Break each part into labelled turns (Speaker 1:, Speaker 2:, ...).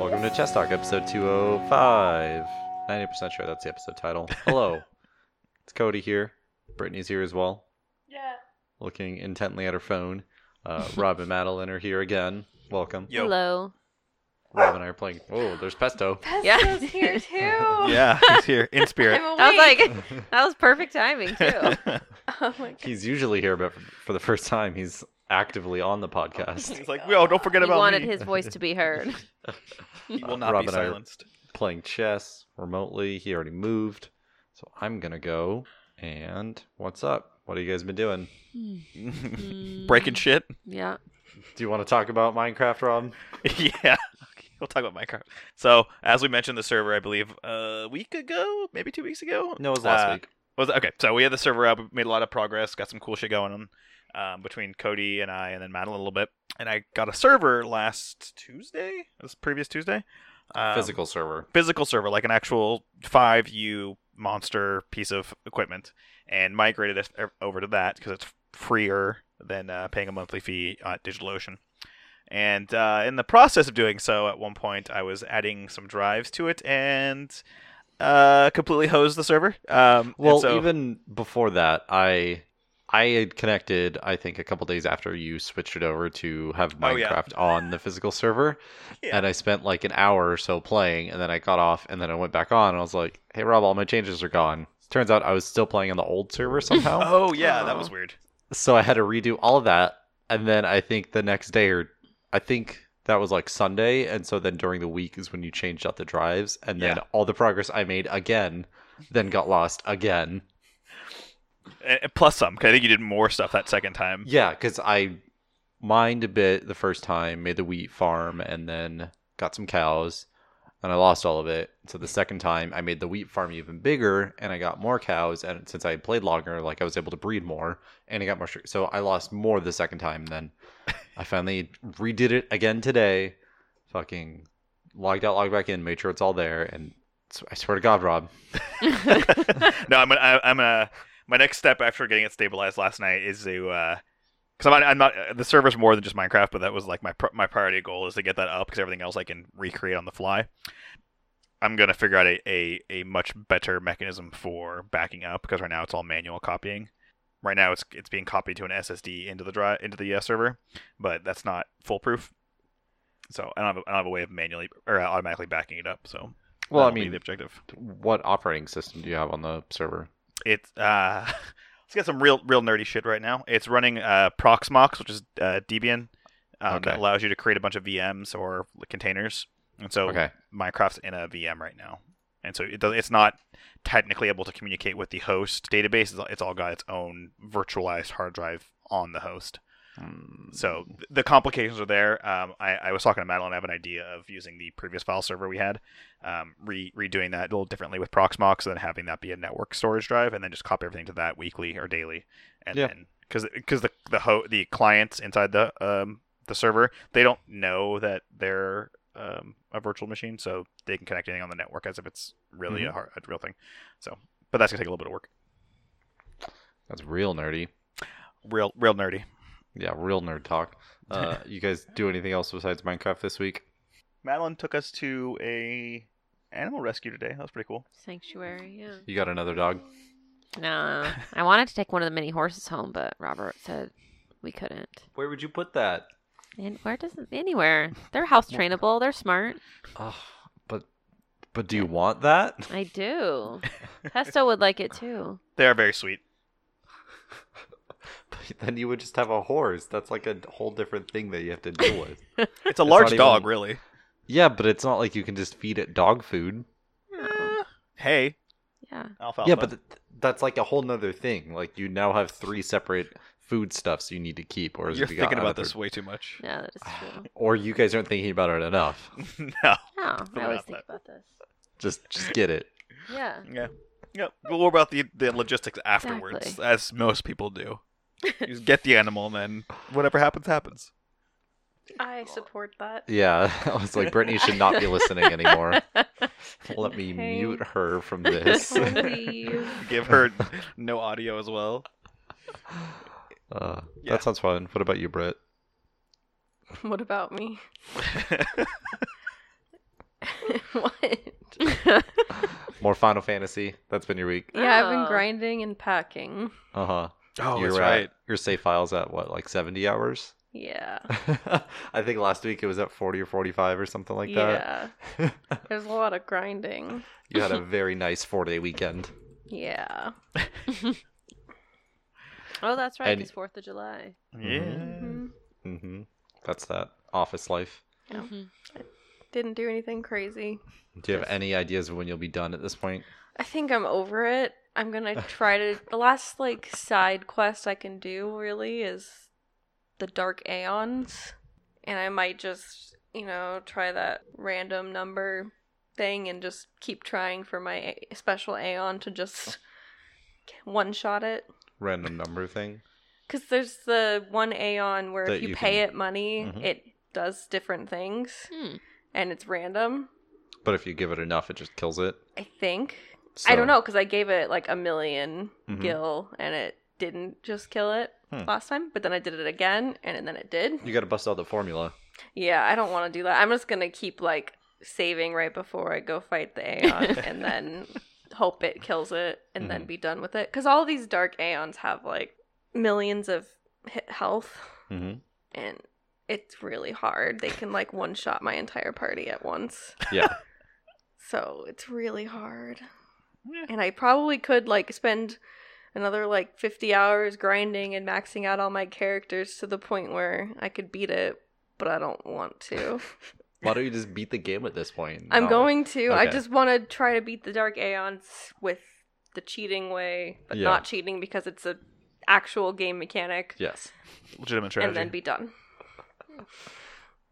Speaker 1: Welcome to Chess Talk, episode 205. 90% sure that's the episode title. Hello. it's Cody here. Brittany's here as well,
Speaker 2: Yeah.
Speaker 1: looking intently at her phone. Uh, Rob and Madeline are here again. Welcome.
Speaker 3: Yo.
Speaker 4: Hello.
Speaker 1: Rob and I are playing. Oh, there's Pesto.
Speaker 4: Yeah.
Speaker 2: Pesto's here too.
Speaker 3: Yeah, he's here in
Speaker 2: I'm
Speaker 3: spirit.
Speaker 2: awake.
Speaker 4: I was like, that was perfect timing too.
Speaker 2: oh my god.
Speaker 1: He's usually here, but for the first time, he's actively on the podcast
Speaker 3: he's like, yo, don't forget
Speaker 4: He
Speaker 3: about
Speaker 4: wanted
Speaker 3: me.
Speaker 4: his voice to be heard.
Speaker 3: he will not
Speaker 1: Rob
Speaker 3: be
Speaker 1: and I are-
Speaker 3: silenced.
Speaker 1: playing chess remotely. He already moved. So I'm going to go. And what's up? What have you guys been doing?
Speaker 3: Breaking shit.
Speaker 4: Yeah.
Speaker 1: Do you want to talk about Minecraft, Rob?
Speaker 3: yeah. We'll talk about Minecraft. So, as we mentioned, the server, I believe, a week ago, maybe two weeks ago.
Speaker 1: No, it was last
Speaker 3: Uh,
Speaker 1: week.
Speaker 3: Was okay. So we had the server up, made a lot of progress, got some cool shit going on um, between Cody and I, and then Madeline a little bit. And I got a server last Tuesday. It was previous Tuesday. Um,
Speaker 1: Physical server.
Speaker 3: physical server, like an actual 5U monster piece of equipment, and migrated us ev- over to that because it's freer than uh, paying a monthly fee at DigitalOcean. And uh, in the process of doing so, at one point, I was adding some drives to it and uh, completely hosed the server. Um, and
Speaker 1: Well,
Speaker 3: so-
Speaker 1: even before that, I I had connected. I think a couple days after you switched it over to have
Speaker 3: Oh, yeah.
Speaker 1: Minecraft on the physical server,
Speaker 3: Yeah.
Speaker 1: and I spent like an hour or so playing, and then I got off, and then I went back on, and I was like, "Hey, Rob, all my changes are gone." Turns out I was still playing on the old server somehow,
Speaker 3: oh yeah, that
Speaker 4: Aw.
Speaker 3: was weird.
Speaker 1: so I had to redo all of that, and then I think the next day, or I think that was like Sunday, and so then during the week is when you changed out the drives, and then
Speaker 3: Yeah.
Speaker 1: all the progress I made again, then got lost again.
Speaker 3: And, and plus some, 'cause I think you did more stuff that second time.
Speaker 1: Yeah, because I mined a bit the first time, made the wheat farm, and then got some cows, and I lost all of it. So the second time, I made the wheat farm even bigger, and I got more cows. And since I had played longer, like I was able to breed more, and I got more. str- So I lost more the second time. Then I finally redid it again today. Fucking logged out, logged back in, made sure it's all there, and. s- I swear to God, Rob.
Speaker 3: no, I'm gonna, I, I'm gonna, my next step after getting it stabilized last night is to uh because I'm not, I'm not uh, the server's more than just Minecraft, but that was like my pr- my priority goal is to get that up because everything else I can recreate on the fly. I'm gonna figure out a, a, a much better mechanism for backing up because right now it's all manual copying. Right now it's it's being copied to an SSD into the drive into the uh, server, but that's not foolproof. So I don't have a, I don't have a way of manually or automatically backing it up. So
Speaker 1: Well, I
Speaker 3: that'll be the
Speaker 1: mean,
Speaker 3: objective
Speaker 1: what operating system do you have on the server?
Speaker 3: it's uh let's get some real real nerdy shit right now it's running uh proxmox which is uh debian um,
Speaker 1: Okay.
Speaker 3: that allows you to create a bunch of vms or containers and so
Speaker 1: Okay.
Speaker 3: minecraft's in a vm right now and so it does, it's not technically able to communicate with the host database it's all, it's all got its own virtualized hard drive on the host so th- the complications are there. Um, I, I was talking to Madeline. I have an idea of using the previous file server we had, um, re- redoing that a little differently with Proxmox, and then having that be a network storage drive, and then just copy everything to that weekly or daily, and
Speaker 1: Yeah.
Speaker 3: then because because the the ho- the clients inside the um, the server they don't know that they're um, a virtual machine, so they can connect anything on the network as if it's really a, hard, a real thing. So, but that's gonna take a little bit of work.
Speaker 1: That's real nerdy.
Speaker 3: Real real nerdy.
Speaker 1: Yeah, real nerd talk. Uh, you guys do anything else besides Minecraft this week?
Speaker 3: Madeline took us to a animal rescue today. That was pretty cool.
Speaker 4: Sanctuary, yeah.
Speaker 1: You got another dog?
Speaker 4: No. I wanted to take one of the mini horses home, but Robert said we couldn't.
Speaker 1: Where would you put that?
Speaker 4: And where doesn't anywhere. They're house trainable, they're smart.
Speaker 1: Oh, but but do you want that?
Speaker 4: I do. Pesto would like it too.
Speaker 3: They are very sweet.
Speaker 1: But then you would just have a horse. That's like a whole different thing that you have to deal with.
Speaker 3: It's a
Speaker 1: It's
Speaker 3: large
Speaker 1: not
Speaker 3: dog,
Speaker 1: even-
Speaker 3: really.
Speaker 1: yeah, but it's not like you can just feed it dog food.
Speaker 4: Oh,
Speaker 3: Hey,
Speaker 4: yeah.
Speaker 3: alfalfa.
Speaker 1: Eh. Yeah, but th- that's like a whole nother thing. Like you now have three separate foodstuffs you need to keep. Or
Speaker 3: you're thinking about this way too much.
Speaker 4: Yeah, that is true.
Speaker 1: Or you guys aren't thinking about it enough.
Speaker 3: no.
Speaker 4: No, I always
Speaker 3: about
Speaker 4: think
Speaker 3: that.
Speaker 4: about this.
Speaker 1: just just get it.
Speaker 4: Yeah.
Speaker 3: Yeah. Yep. Well, what about the the logistics afterwards,
Speaker 4: Exactly.
Speaker 3: as most people do? You just get the animal, and then whatever happens, happens.
Speaker 2: I support that.
Speaker 1: Yeah, I was like, Brittany should not be listening anymore. Let me
Speaker 2: Hey.
Speaker 1: mute her from this.
Speaker 2: Please.
Speaker 3: Give her no audio as well.
Speaker 1: Uh,
Speaker 3: Yeah.
Speaker 1: That sounds fun. What about you, Britt?
Speaker 2: what about me? what?
Speaker 1: More Final Fantasy. That's been your week.
Speaker 2: Yeah, I've
Speaker 4: Oh.
Speaker 2: been grinding and packing.
Speaker 1: Uh huh.
Speaker 3: Oh,
Speaker 1: you're at-
Speaker 3: that's right.
Speaker 1: Your save file's at what, like 70 hours?
Speaker 2: Yeah.
Speaker 1: I think last week it was at 40 or 45 or something like that.
Speaker 2: yeah. There's a lot of grinding.
Speaker 1: you had a very nice four day weekend.
Speaker 2: Yeah.
Speaker 4: oh, that's right.
Speaker 1: And-
Speaker 4: It's Fourth of July.
Speaker 1: Mm.
Speaker 3: Yeah.
Speaker 2: Mhm.
Speaker 1: hmm That's that office life.
Speaker 2: Yeah. Didn't do anything crazy.
Speaker 1: Do you have
Speaker 2: Yes.
Speaker 1: any ideas of when you'll be done at this point?
Speaker 2: I think I'm over it. I'm gonna try to. The last like side quest I can do really is the Dark Aeons, and I might just you know try that random number thing and just keep trying for my a- special Aeon to just one shot it.
Speaker 1: Random number thing.
Speaker 2: Because there's the one Aeon where
Speaker 1: That
Speaker 2: if you,
Speaker 1: you
Speaker 2: pay
Speaker 1: can-
Speaker 2: it money,
Speaker 1: Mhm.
Speaker 2: it does different things,
Speaker 4: Hmm.
Speaker 2: and it's random.
Speaker 1: But if you give it enough, it just kills it.
Speaker 2: I think.
Speaker 1: So-
Speaker 2: I don't know because I gave it like a 1000000
Speaker 1: Mhm.
Speaker 2: gil and it didn't just kill it
Speaker 1: Hmm.
Speaker 2: last time, but then I did it again and then it did.
Speaker 1: You got to bust out the formula.
Speaker 2: Yeah, I don't want to do that. I'm just gonna keep like saving right before I go fight the Aeon and then hope it kills it and then
Speaker 1: Mhm.
Speaker 2: be done with it. Because all these dark Aeons have like millions of hit health
Speaker 1: Mm-hmm.
Speaker 2: and it's really hard. They can like one shot my entire party at once.
Speaker 1: Yeah.
Speaker 2: so it's really hard.
Speaker 3: Yeah.
Speaker 2: And I probably could like spend another like 50 hours grinding and maxing out all my characters to the point where I could beat it, but I don't want to.
Speaker 1: Why don't you just beat the game at this point?
Speaker 2: I'm
Speaker 1: No.
Speaker 2: going to. I
Speaker 1: Okay.
Speaker 2: just want to try to beat the Dark Aeons with the cheating way, but
Speaker 1: Yeah.
Speaker 2: not cheating because it's a actual game mechanic
Speaker 1: Yes.
Speaker 3: Legitimate
Speaker 2: and
Speaker 3: strategy.
Speaker 2: then be done.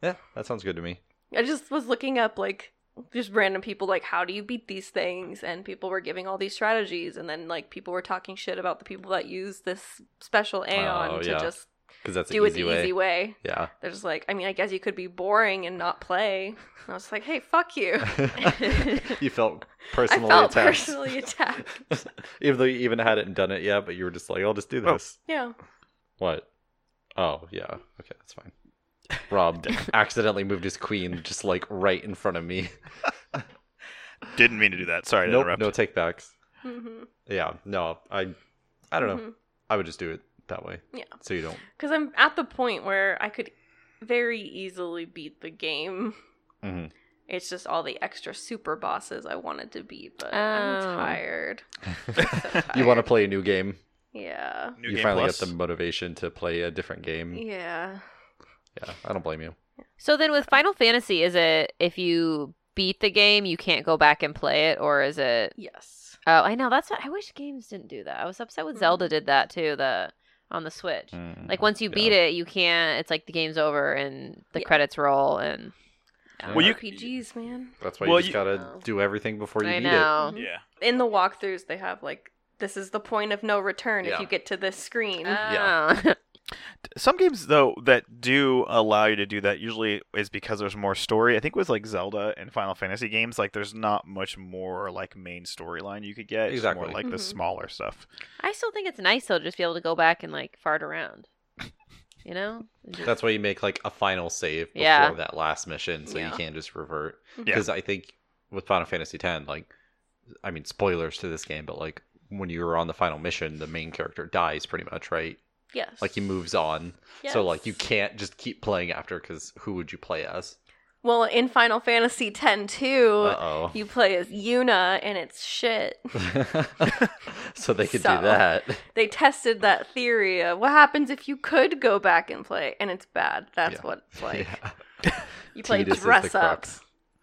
Speaker 1: Yeah, that sounds good to me.
Speaker 2: I just was looking up like just random people like how do you beat these things and people were giving all these strategies and then like people were talking shit about the people that use this special Aeon
Speaker 1: Oh,
Speaker 2: to
Speaker 1: yeah.
Speaker 2: just
Speaker 1: Because that's
Speaker 2: do
Speaker 1: an
Speaker 2: it
Speaker 1: easy
Speaker 2: the
Speaker 1: way.
Speaker 2: easy way.
Speaker 1: Yeah.
Speaker 2: They're just like, I mean, I guess you could be boring and not play. And I was like, hey, fuck you.
Speaker 1: you felt
Speaker 2: I
Speaker 1: personally
Speaker 2: felt
Speaker 1: attacked.
Speaker 2: personally attacked.
Speaker 1: even though you even hadn't done it yet, but you were just like, I'll just do
Speaker 3: Oh.
Speaker 1: this.
Speaker 2: Yeah.
Speaker 1: What? Oh, yeah. Okay, that's fine. Rob accidentally moved his queen just like right in front of me.
Speaker 3: Didn't mean to do that. Sorry to
Speaker 1: nope,
Speaker 3: interrupt.
Speaker 1: no take backs.
Speaker 2: Mhm.
Speaker 1: Yeah, no, I I don't know.
Speaker 2: Mhm.
Speaker 1: I would just do it that way.
Speaker 2: Yeah.
Speaker 1: So you don't.
Speaker 2: Because I'm at the point where I could very easily beat the game.
Speaker 1: Mhm.
Speaker 2: It's just all the extra super bosses I wanted to beat, but
Speaker 4: Oh.
Speaker 2: I'm tired.
Speaker 1: you want to play a new game.
Speaker 2: Yeah.
Speaker 3: New
Speaker 1: you
Speaker 3: game
Speaker 1: finally
Speaker 3: plus.
Speaker 1: got the motivation to play a different game. Yeah,
Speaker 2: Yeah.
Speaker 1: I don't blame you.
Speaker 4: So then, with Final Fantasy, is it if you beat the game, you can't go back and play it, or is it?
Speaker 2: Yes.
Speaker 4: Oh, I know. That's what I wish games didn't do that. I was upset with Zelda
Speaker 1: Mm-hmm.
Speaker 4: did that too. The on the Switch.
Speaker 1: Mm,
Speaker 3: Hmm.
Speaker 4: Like once you beat it, you can't. It's like the game's over and the
Speaker 2: Yeah.
Speaker 4: credits roll and.
Speaker 1: Well,
Speaker 3: Well, you-
Speaker 2: RPGs, man.
Speaker 1: That's why
Speaker 3: Well,
Speaker 1: you just
Speaker 3: you-
Speaker 1: gotta
Speaker 4: Oh.
Speaker 1: do everything before you
Speaker 4: I
Speaker 1: beat
Speaker 4: know.
Speaker 2: Mhm.
Speaker 3: Yeah.
Speaker 2: In the walkthroughs, they have like this is the point of no return
Speaker 1: Yeah.
Speaker 2: if you get to this
Speaker 4: Mm-hmm.
Speaker 2: screen.
Speaker 4: Uh,
Speaker 1: Yeah.
Speaker 4: Yeah.
Speaker 3: Some games though that do allow you to do that usually is because there's more story. I think it was like Zelda and Final Fantasy games. Like there's not much more like main storyline you could get. It's
Speaker 1: Exactly.
Speaker 3: More like the
Speaker 2: Mhm.
Speaker 3: smaller stuff.
Speaker 4: I still think it's nice though to just be able to go back and like fart around. You know? And
Speaker 1: it.
Speaker 4: just-
Speaker 1: That's why you make like a final save before
Speaker 4: Yeah.
Speaker 1: that last mission, so you
Speaker 2: Yeah.
Speaker 1: can't just revert.
Speaker 3: Yeah.
Speaker 1: Because I think with Final Fantasy X, like, I mean, spoilers to this game, but like when you're on the final mission, the main character dies pretty much, right?
Speaker 2: Yes.
Speaker 1: Like he moves on, so like you
Speaker 2: Yes.
Speaker 1: can't just keep playing after because who would you play as?
Speaker 2: Well, in Final Fantasy X too,
Speaker 1: Uh
Speaker 2: you play as Yuna, and it's shit.
Speaker 1: oh. so they could
Speaker 2: So.
Speaker 1: do that.
Speaker 2: They tested that theory of what happens if you could go back and play, and it's bad. That's
Speaker 1: Yeah.
Speaker 2: what it's like.
Speaker 1: Yeah.
Speaker 2: You play
Speaker 1: Tidus is the
Speaker 2: dress up.
Speaker 1: crux.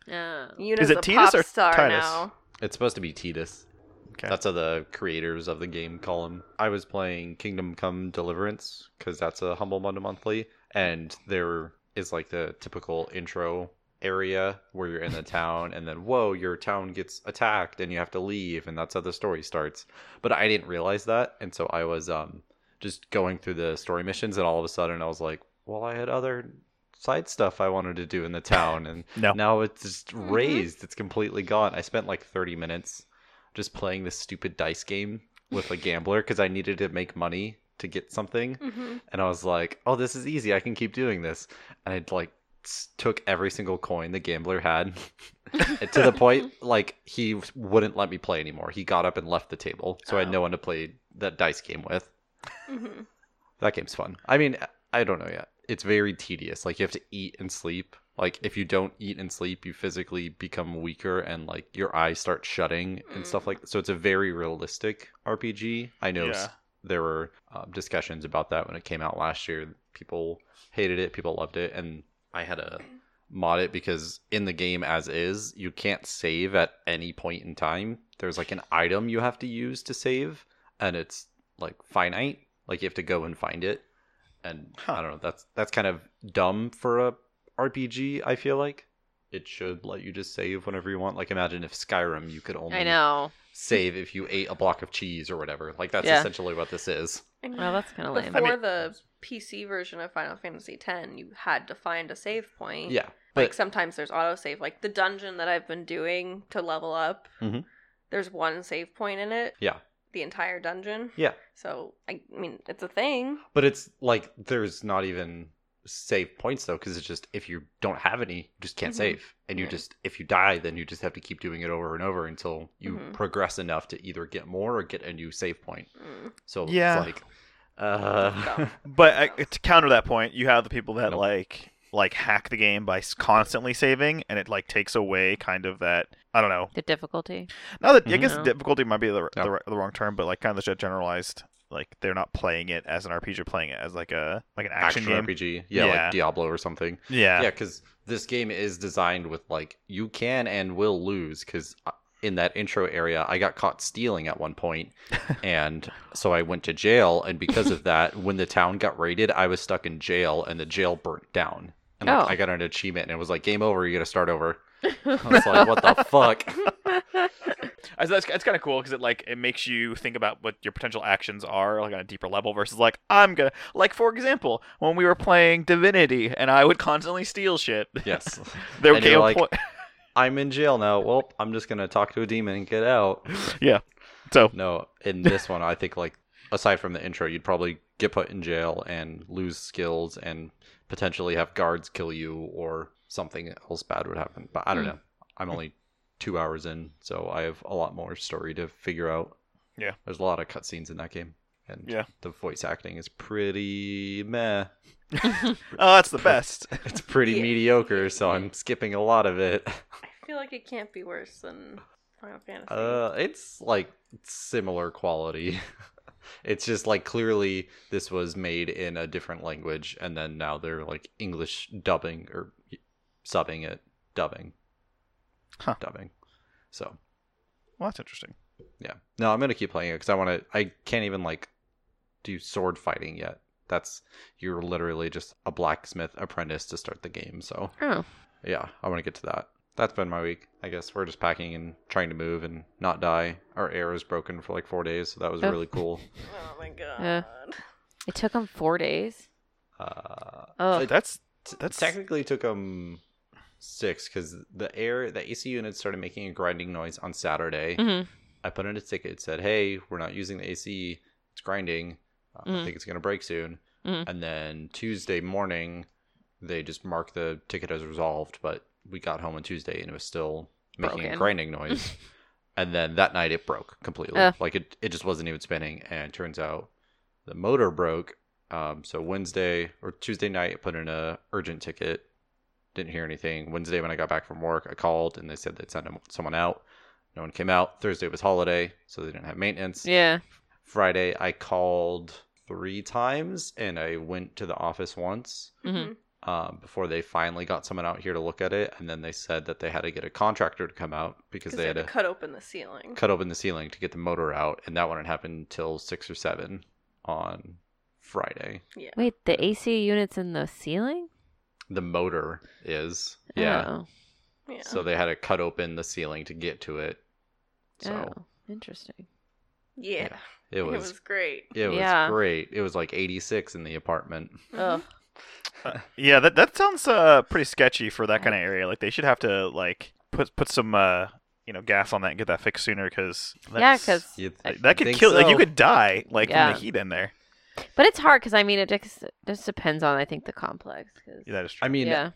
Speaker 4: Yeah.
Speaker 2: Yuna's
Speaker 3: Is it
Speaker 2: a
Speaker 3: Tidus
Speaker 2: pop
Speaker 3: or
Speaker 2: star
Speaker 3: Tidus?
Speaker 2: now.
Speaker 1: It's supposed to be Tidus.
Speaker 3: Okay.
Speaker 1: That's how the creators of the game call him. I was playing Kingdom Come Deliverance because that's a Humble Bundle monthly, and there is like the typical intro area where you're in the town, and then whoa, your town gets attacked, and you have to leave, and that's how the story starts. But I didn't realize that, and so I was um just going through the story missions, and all of a sudden I was like, well, I had other side stuff I wanted to do in the town, and
Speaker 3: No.
Speaker 1: now it's just
Speaker 2: Mhm.
Speaker 1: raised. It's completely gone. I spent like 30 minutes just playing this stupid dice game with a gambler because I needed to make money to get something.
Speaker 2: hmm
Speaker 1: And I was like, oh, this is easy. I can keep doing this. And I'd like s- took every single coin the gambler had to the point like he w- wouldn't let me play anymore. He got up and left the table, so I had
Speaker 2: Oh.
Speaker 1: no one to play that dice game with.
Speaker 2: hmm
Speaker 1: That game's fun. I mean, I don't know yet. It's very tedious. Like you have to eat and sleep. Like if you don't eat and sleep, you physically become weaker and like your eyes start shutting and stuff like. So it's a very realistic RPG. I know s-
Speaker 3: Yeah.
Speaker 1: there were uh, discussions about that when it came out last year. People hated it. People loved it, and I had a mod it because in the game as is, you can't save at any point in time. There's like an item you have to use to save, and it's like finite. Like you have to go and find it. And I
Speaker 3: Huh.
Speaker 1: don't know, that's that's kind of dumb for a RPG, I feel like. It should let you just save whenever you want. Like imagine if Skyrim you could only
Speaker 4: I know.
Speaker 1: save if you ate a block of cheese or whatever. Like that's
Speaker 4: Yeah.
Speaker 1: essentially what this is.
Speaker 4: Well, that's kind of lame.
Speaker 2: Before
Speaker 3: I mean-
Speaker 2: the PC version of Final Fantasy X, you had to find a save
Speaker 4: Mm.
Speaker 2: point.
Speaker 1: Yeah.
Speaker 2: Like
Speaker 1: But
Speaker 2: sometimes there's autosave. Like the dungeon that I've been doing to level up,
Speaker 1: Mhm.
Speaker 2: there's one save point in it.
Speaker 1: Yeah.
Speaker 2: The entire dungeon.
Speaker 1: Yeah.
Speaker 2: So I mean, it's a thing.
Speaker 1: But it's like there's not even save points though, because it's just if you don't have any, you just
Speaker 4: Mm-hmm.
Speaker 1: can't
Speaker 2: Mhm.
Speaker 1: save, and you
Speaker 2: Yeah.
Speaker 1: just if you die, then you just have to keep doing it over and over until you
Speaker 4: Mm-hmm.
Speaker 2: Mhm.
Speaker 1: progress enough to either get more or get a new save point.
Speaker 2: Mm.
Speaker 1: So
Speaker 3: Yeah.
Speaker 1: it's like, uh,
Speaker 3: But I, to counter that point, you have the people that
Speaker 1: Nope.
Speaker 3: like like hack the game by s- constantly saving, and it like takes away kind of that I don't know.
Speaker 4: The difficulty.
Speaker 3: Now that I guess
Speaker 4: Mhm.
Speaker 3: difficulty might be the,
Speaker 1: Yeah.
Speaker 3: the, the wrong term, but like kind of the generalized like they're not playing it as an RPG, they're playing it as like a like an action,
Speaker 1: action,
Speaker 3: game.
Speaker 1: RPG, yeah,
Speaker 3: Yeah.
Speaker 1: like Diablo or something.
Speaker 3: Yeah.
Speaker 1: Yeah, because this game is designed with like you can and will lose. Because in that intro area, I got caught stealing at one point, and so I went to jail. And because of that, when the town got raided, I was stuck in jail, and the jail burnt down. And like,
Speaker 4: Oh.
Speaker 1: I got an achievement, and it was like game over. You got to start over. I was like, what the fuck?
Speaker 3: I- that's that's kind of cool because it like it makes you think about what your potential actions are like on a deeper level versus like I'm gonna like for example when we were playing Divinity and I would constantly steal shit.
Speaker 1: Yes,
Speaker 3: There
Speaker 1: And
Speaker 3: came
Speaker 1: you're
Speaker 3: a
Speaker 1: like-
Speaker 3: point.
Speaker 1: I'm in jail now. Well, I'm just gonna talk to a demon and get out.
Speaker 3: So
Speaker 1: No, in this one, I think like aside from the intro, you'd probably get put in jail and lose skills and potentially have guards kill you or something else bad would happen. But I don't
Speaker 3: Hmm.
Speaker 1: know. I'm only two hours in, so I have a lot more story to figure out.
Speaker 3: Yeah.
Speaker 1: there's a lot of cutscenes in that game, and
Speaker 3: Yeah.
Speaker 1: the voice acting is pretty meh.
Speaker 3: oh, that's the best.
Speaker 1: It's pretty
Speaker 2: Yeah.
Speaker 1: mediocre, so I'm skipping a lot of it.
Speaker 2: I feel like it can't be worse than Final Fantasy.
Speaker 1: Uh, it's like similar quality. it's just like clearly this was made in a different language, and then now they're like English dubbing or subbing it, dubbing,
Speaker 3: Huh.
Speaker 1: dubbing. So
Speaker 3: Well, that's interesting.
Speaker 1: yeah, no, I'm gonna keep playing it because I want to. I can't even like do sword fighting yet. That's you're literally just a blacksmith apprentice to start the game. So
Speaker 4: Oh.
Speaker 1: yeah, I want to get to that. That's been my week. I guess we're just packing and trying to move and not die. Our air is broken for like four days, so that was
Speaker 4: Oh.
Speaker 1: really cool.
Speaker 2: oh my god.
Speaker 4: Yeah. It took them four days.
Speaker 1: Uh,
Speaker 4: Oh,
Speaker 1: It-
Speaker 3: That's
Speaker 1: t-
Speaker 3: That's-
Speaker 1: technically took them six because the air, the AC unit started making a grinding noise on Saturday.
Speaker 4: Mhm.
Speaker 1: I put in a ticket. It said, "Hey, we're not using the AC. It's grinding. Um, I
Speaker 4: Mhm.
Speaker 1: think it's gonna break soon."
Speaker 4: Mhm.
Speaker 1: And then Tuesday morning, they just marked the ticket as resolved. But we got home on Tuesday and it was still making a
Speaker 4: Broken.
Speaker 1: grinding noise. and then that night it broke completely.
Speaker 4: Ugh.
Speaker 1: Like it, it just wasn't even spinning. And it turns out the motor broke. Um, so Wednesday or Tuesday night, I put in a urgent ticket. Didn't hear anything. Wednesday when I got back from work, I called and they said they'd send someone out. No one came out. Thursday was holiday, so they didn't have maintenance.
Speaker 4: yeah.
Speaker 1: Friday, I called three times and I went to the office once
Speaker 2: Mm-hmm.
Speaker 4: Mhm.
Speaker 1: um, before they finally got someone out here to look at it. And then they said that they had to get a contractor to come out because
Speaker 2: Because
Speaker 1: they had to
Speaker 2: cut open the ceiling.
Speaker 1: cut open the ceiling to get the motor out. And that wouldn't happen till six or seven on Friday.
Speaker 2: Yeah.
Speaker 4: Wait, the AC units in the ceiling?
Speaker 1: The motor is. Yeah.
Speaker 4: Oh.
Speaker 2: Yeah.
Speaker 1: So they had to cut open the ceiling to get to it. So
Speaker 4: Oh, interesting.
Speaker 2: yeah.
Speaker 1: yeah. it was. It was-
Speaker 2: great.
Speaker 4: Yeah.
Speaker 1: great. It was like 86 in the apartment.
Speaker 2: Oh. Mm-hmm.
Speaker 4: Ugh.
Speaker 3: yeah. That that sounds uh pretty sketchy for that kind of area. Like they should have to like put put some uh you know gas on that and get that fixed sooner because
Speaker 4: Yeah, because
Speaker 1: You'd
Speaker 3: Like, that could
Speaker 1: think
Speaker 3: kill. Like you
Speaker 1: so.
Speaker 3: could die. Like
Speaker 4: Yeah.
Speaker 3: from the heat in there.
Speaker 4: but it's hard because I mean it just, just depends on I think the complex. 'cause-
Speaker 3: Yeah, that is true.
Speaker 1: I mean,
Speaker 4: yeah.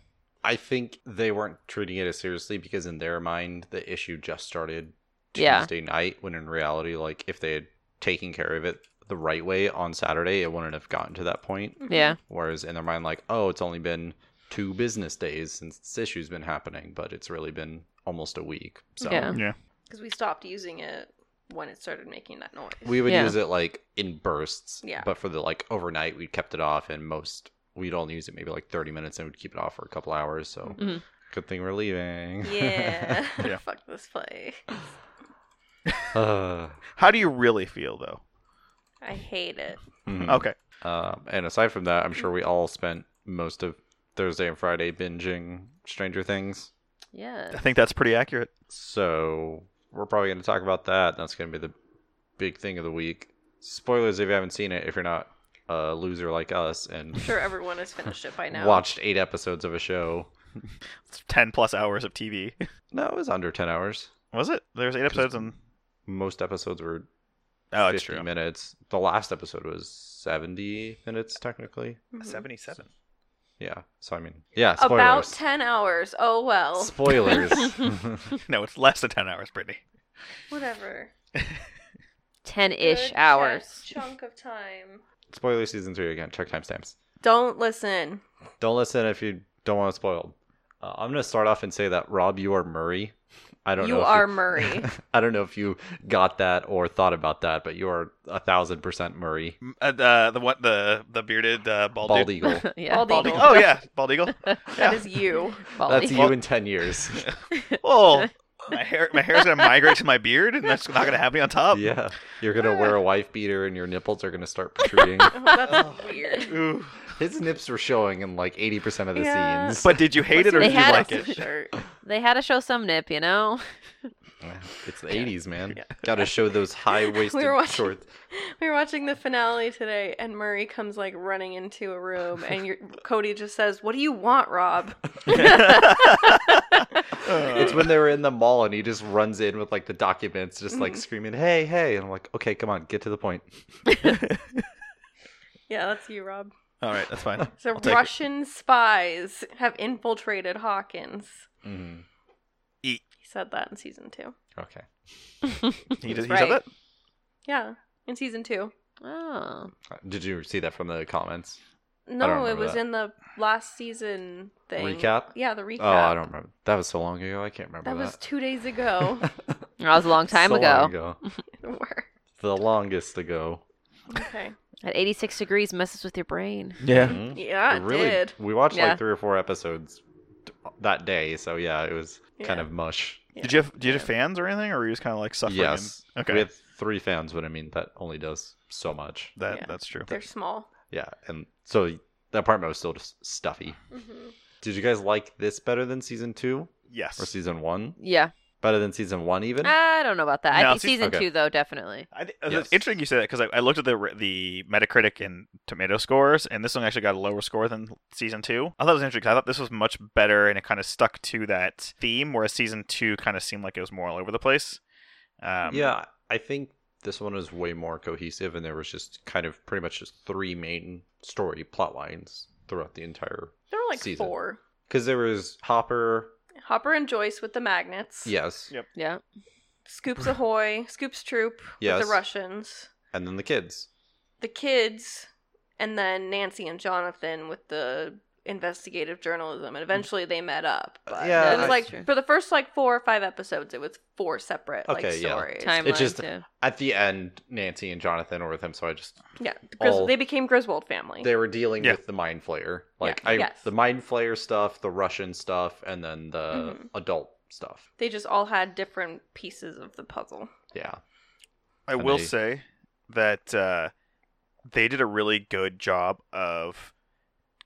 Speaker 1: I think they weren't treating it as seriously because in their mind the issue just started
Speaker 4: Yeah.
Speaker 1: Tuesday night when in reality like if they had taken care of it the right way on Saturday it wouldn't have gotten to that point
Speaker 4: Yeah.
Speaker 1: whereas in their mind like oh it's only been two business days since this issue's been happening but it's really been almost a week so
Speaker 4: Yeah.
Speaker 2: Because Mm-hmm. we stopped using it when it started making that noise.
Speaker 1: we would
Speaker 4: Yeah.
Speaker 1: use it like in bursts
Speaker 2: Yeah.
Speaker 1: but for the like overnight we kept it off and most we'd only use it maybe like 30 minutes and we'd keep it off for a couple hours so
Speaker 4: Mhm.
Speaker 1: good thing we're leaving
Speaker 2: yeah.
Speaker 3: Yeah.
Speaker 2: Fuck this place.
Speaker 1: Uh,
Speaker 3: How do you really feel though?
Speaker 2: I hate it.
Speaker 1: mhm.
Speaker 3: Okay.
Speaker 1: Um, and aside from that, I'm sure we all spent most of Thursday and Friday binging Stranger Things.
Speaker 4: Yeah.
Speaker 3: I think that's pretty accurate.
Speaker 1: So we're probably going to talk about that. That's going to be the big thing of the week. Spoilers if you haven't seen it, if you're not a loser like us and
Speaker 2: I'm sure everyone has finished it by now.
Speaker 1: watched eight episodes of a show.
Speaker 3: It's ten plus hours of TV.
Speaker 1: No, it was under 10 hours.
Speaker 3: Was it? There's eight episodes and
Speaker 1: Most episodes were
Speaker 3: oh, it's
Speaker 1: 50
Speaker 3: true.
Speaker 1: minutes. The last episode was 70 minutes, technically.
Speaker 2: Mhm.
Speaker 3: Seventy-seven.
Speaker 1: Yeah. So, I mean, yeah, spoilers.
Speaker 2: About 10 hours. Oh, well.
Speaker 1: Spoilers.
Speaker 3: No, it's less than ten hours, Brittany.
Speaker 2: Whatever.
Speaker 4: 10 ish
Speaker 2: Good
Speaker 4: hours.
Speaker 2: chest Chunk of time.
Speaker 1: Spoiler season three again. Check timestamps.
Speaker 2: Don't listen.
Speaker 1: Don't listen if you don't want it spoiled. Uh, I'm gonna start off and say that Rob, you are Murray. I don't
Speaker 2: You
Speaker 1: know. if
Speaker 2: are Murray.
Speaker 1: I don't know if you got that or thought about that, but you are a thousand percent Murray.
Speaker 3: M- Uh, the the what the the bearded uh, bald,
Speaker 1: Bald,
Speaker 3: dude?
Speaker 1: eagle.
Speaker 4: yeah.
Speaker 2: Bald
Speaker 3: Bald
Speaker 2: eagle.
Speaker 3: eagle. Oh yeah, bald eagle.
Speaker 2: That is you.
Speaker 1: That's
Speaker 4: Baldy.
Speaker 1: you in ten years.
Speaker 3: Oh, my hair my hair's gonna migrate to my beard, and that's not gonna have me on top.
Speaker 1: yeah, you're gonna wear a wife beater, and your nipples are gonna start protruding.
Speaker 2: Oh, that's weird.
Speaker 3: Ooh.
Speaker 1: His nips were showing in like eighty percent of the
Speaker 2: Yeah.
Speaker 1: scenes.
Speaker 3: But did you hate it or
Speaker 4: They
Speaker 3: did you
Speaker 4: had
Speaker 3: like
Speaker 4: us.
Speaker 3: it?
Speaker 2: Shirt.
Speaker 4: They had to show some nip, you know?
Speaker 1: it's the '80s, man. Got to show those high waisted
Speaker 2: We were watching-
Speaker 1: shorts.
Speaker 2: We were watching the finale today, and Murray comes like running into a room, and your Cody just says, "What do you want, Rob?"
Speaker 1: It's when they were in the mall and he just runs in with like the documents, just
Speaker 2: Mm-hmm.
Speaker 1: like screaming, "Hey, hey!" And I'm like, "Okay, come on, get to the point."
Speaker 2: Yeah, that's you, Rob.
Speaker 3: All right, that's fine.
Speaker 2: So
Speaker 3: take it.
Speaker 2: Russian spies have infiltrated Hawkins.
Speaker 3: Mm-hmm.
Speaker 2: He said that in season two.
Speaker 1: Okay.
Speaker 3: He, did, he
Speaker 2: Right.
Speaker 3: said that.
Speaker 2: Yeah, in season two.
Speaker 4: Oh.
Speaker 1: Did you see that from the comments?
Speaker 2: No, it
Speaker 1: remember
Speaker 2: was
Speaker 1: that.
Speaker 2: in the last season thing.
Speaker 1: Recap?
Speaker 2: Yeah, the recap.
Speaker 1: Oh, I don't remember. That was so long ago. I can't remember
Speaker 2: That
Speaker 1: that.
Speaker 2: was two days ago.
Speaker 4: That was a long time
Speaker 1: So
Speaker 4: ago.
Speaker 1: long ago.
Speaker 2: The worst.
Speaker 1: The longest ago.
Speaker 2: okay.
Speaker 4: At 86 degrees messes with your brain.
Speaker 3: Yeah.
Speaker 1: Mhm.
Speaker 2: Yeah, it
Speaker 1: really,
Speaker 2: did.
Speaker 1: we watched
Speaker 4: Yeah.
Speaker 1: like three or four episodes t- that day, so yeah, it was kind
Speaker 2: Yeah.
Speaker 1: of mush.
Speaker 3: Did you have did you have fans or anything, or were you just kind of like suffering? and-
Speaker 1: Yes.
Speaker 3: Okay.
Speaker 1: We had three fans, but I mean that only does so much.
Speaker 3: That
Speaker 2: Yeah.
Speaker 3: that's true.
Speaker 2: They're small.
Speaker 1: Yeah, and so the apartment was still just stuffy.
Speaker 2: hmm
Speaker 1: Did you guys like this better than season two or
Speaker 3: Yes.
Speaker 1: season one?
Speaker 4: Yeah.
Speaker 1: Better than season one,
Speaker 2: Uh,
Speaker 1: even?
Speaker 4: I don't know about that.
Speaker 3: No,
Speaker 4: I think
Speaker 3: season-
Speaker 4: season
Speaker 1: okay.
Speaker 4: two, though, definitely.
Speaker 3: I, th-
Speaker 1: Yes.
Speaker 3: It's interesting you say that because I, I looked at the re- the Metacritic and Tomato scores, and this one actually got a lower score than season two. I thought it was interesting 'cause I thought this was much better, and it kind of stuck to that theme, whereas season two kind of seemed like it was more all over the place. Um,
Speaker 1: yeah, I think this one is way more cohesive, and there was just kind of pretty much just three main story plot lines throughout the entire.
Speaker 2: There were like
Speaker 1: Season.
Speaker 2: four.
Speaker 1: Because there was Hopper,
Speaker 2: Hopper and Joyce with the magnets.
Speaker 1: yes,
Speaker 3: Yep.
Speaker 4: Yeah.
Speaker 2: Scoops Ahoy, Scoops Troop
Speaker 1: Yes.
Speaker 2: with the Russians,
Speaker 1: and then the kids.
Speaker 2: the kids, and then Nancy and Jonathan with the investigative journalism. And eventually they met up. But
Speaker 1: Uh, Yeah,
Speaker 2: it was
Speaker 1: that's
Speaker 2: like
Speaker 4: true.
Speaker 2: for the first like four or five episodes, it was four separate like
Speaker 1: Okay, yeah.
Speaker 2: stories.
Speaker 4: Timeline,
Speaker 1: It's just-
Speaker 4: too.
Speaker 1: At the end, Nancy and Jonathan were with him, so I just
Speaker 2: Yeah, Gris-
Speaker 1: All-
Speaker 2: they became Griswold family.
Speaker 1: they were dealing
Speaker 3: Yeah.
Speaker 1: with the mind flayer, like
Speaker 2: Yeah,
Speaker 1: I
Speaker 2: yes.
Speaker 1: the mind flayer stuff, the Russian stuff, and then the
Speaker 2: Mhm.
Speaker 1: adult stuff.
Speaker 2: They just all had different pieces of the puzzle.
Speaker 1: Yeah,
Speaker 3: I will
Speaker 1: they-
Speaker 3: say that uh, they did a really good job of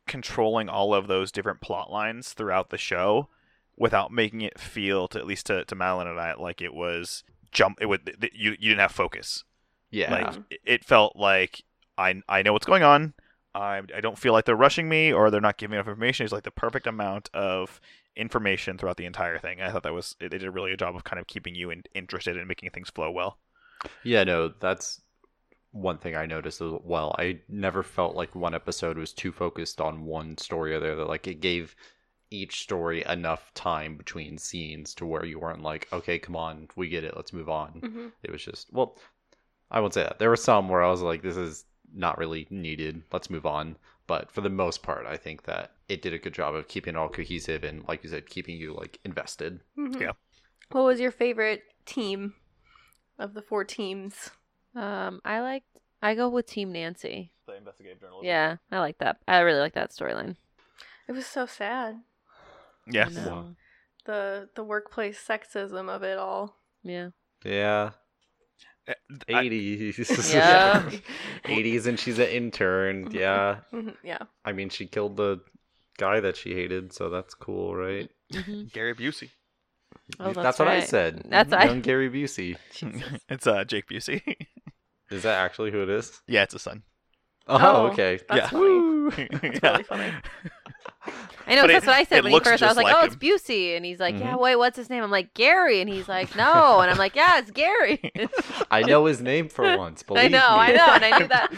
Speaker 3: controlling all of those different plot lines throughout the show without making it feel to at least to, to Madeline and I like it was jump it would th- th- you you didn't have focus
Speaker 1: yeah.
Speaker 3: like it- it felt like I I know what's going on I I don't feel like they're rushing me or they're not giving me enough information it's like the perfect amount of information throughout the entire thing I thought that was they did a really good job of kind of keeping you in, interested and making things flow well
Speaker 1: Yeah, no, that's one thing I noticed as well. I never felt like one episode was too focused on one story or the other. Like it gave each story enough time between scenes to where you weren't like, okay, come on, we get it, let's move on.
Speaker 2: hmm
Speaker 1: It was just, well, I won't say that. There were some where I was like, this is not really needed, let's move on. But for the most part, I think that it did a good job of keeping it all cohesive and, like you said, keeping you like invested.
Speaker 3: Yeah.
Speaker 2: Mm-hmm. What was your favorite team of the four teams?
Speaker 4: Um, I liked. I go with Team Nancy.
Speaker 3: The investigative journalism.
Speaker 4: Yeah, I like that. I really like that storyline.
Speaker 2: It was so sad.
Speaker 3: Yeah.
Speaker 4: I know.
Speaker 2: The the workplace sexism of it all.
Speaker 4: Yeah.
Speaker 1: Yeah,
Speaker 3: Uh, I-
Speaker 1: eighties.
Speaker 4: Yeah.
Speaker 1: eighties, and she's an intern. Yeah,
Speaker 2: Mhm, yeah.
Speaker 1: I mean, she killed the guy that she hated, so that's cool, right?
Speaker 4: Mhm.
Speaker 3: Gary Busey.
Speaker 4: Oh,
Speaker 1: that's,
Speaker 4: that's
Speaker 1: what I
Speaker 4: right.
Speaker 1: said.
Speaker 4: That's- I-
Speaker 1: young Gary Busey.
Speaker 3: it's uh Jake Busey.
Speaker 1: Is that actually who it is?
Speaker 3: yeah, it's his son.
Speaker 1: Oh,
Speaker 2: Oh.
Speaker 1: okay.
Speaker 2: That's
Speaker 3: Yeah.
Speaker 2: funny.
Speaker 3: Yeah.
Speaker 2: really funny.
Speaker 4: I know
Speaker 3: But
Speaker 4: that's
Speaker 3: it-
Speaker 4: what I
Speaker 3: it
Speaker 4: said when he
Speaker 3: looks
Speaker 4: first. I
Speaker 3: just
Speaker 4: was like,
Speaker 3: like
Speaker 4: "Oh,
Speaker 3: him. Mm-hmm.
Speaker 4: it's Busey," and he's like, "Yeah,
Speaker 1: Mhm.
Speaker 4: wait, what's his name?" I'm like, "Gary," and he's like, "No," and I'm like, "Yeah, it's Gary."
Speaker 1: I know his name for once. Believe
Speaker 4: I know, I
Speaker 1: me.
Speaker 4: know, and I knew that.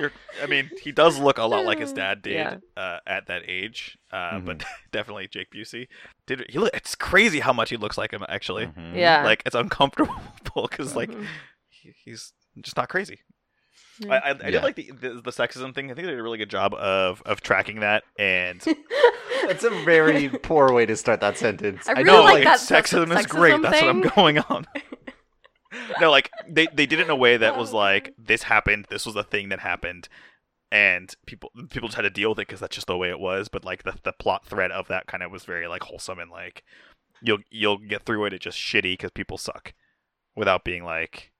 Speaker 3: You're- I mean, he does look a lot like his dad did
Speaker 4: Yeah.
Speaker 3: uh, at that age, uh,
Speaker 1: Mm-hmm.
Speaker 3: but definitely Jake Busey. Did he? Look, it's crazy how much he looks like him. Actually,
Speaker 1: Mhm.
Speaker 4: yeah.
Speaker 3: like it's uncomfortable because like
Speaker 2: Mhm.
Speaker 3: he- he's just not crazy.
Speaker 4: Mm.
Speaker 3: I, I, I
Speaker 1: Yeah.
Speaker 3: did like the, the the sexism thing. I think they did a really good job of of tracking that and
Speaker 2: Mm-hmm.
Speaker 1: That's a very poor way to start that sentence.
Speaker 2: I really
Speaker 3: no,
Speaker 1: know,
Speaker 2: like
Speaker 1: like,
Speaker 2: that
Speaker 3: sexism, is
Speaker 2: sexism
Speaker 3: great. That's what I'm
Speaker 2: thing.
Speaker 3: going on. no, like they they did it in a way that was like this happened. This was a thing that happened, and people people just had to deal with it because that's just the way it was. But like the the plot thread of that kind of was very like wholesome and like you'll you'll get through it. It's just shitty because people suck, without being like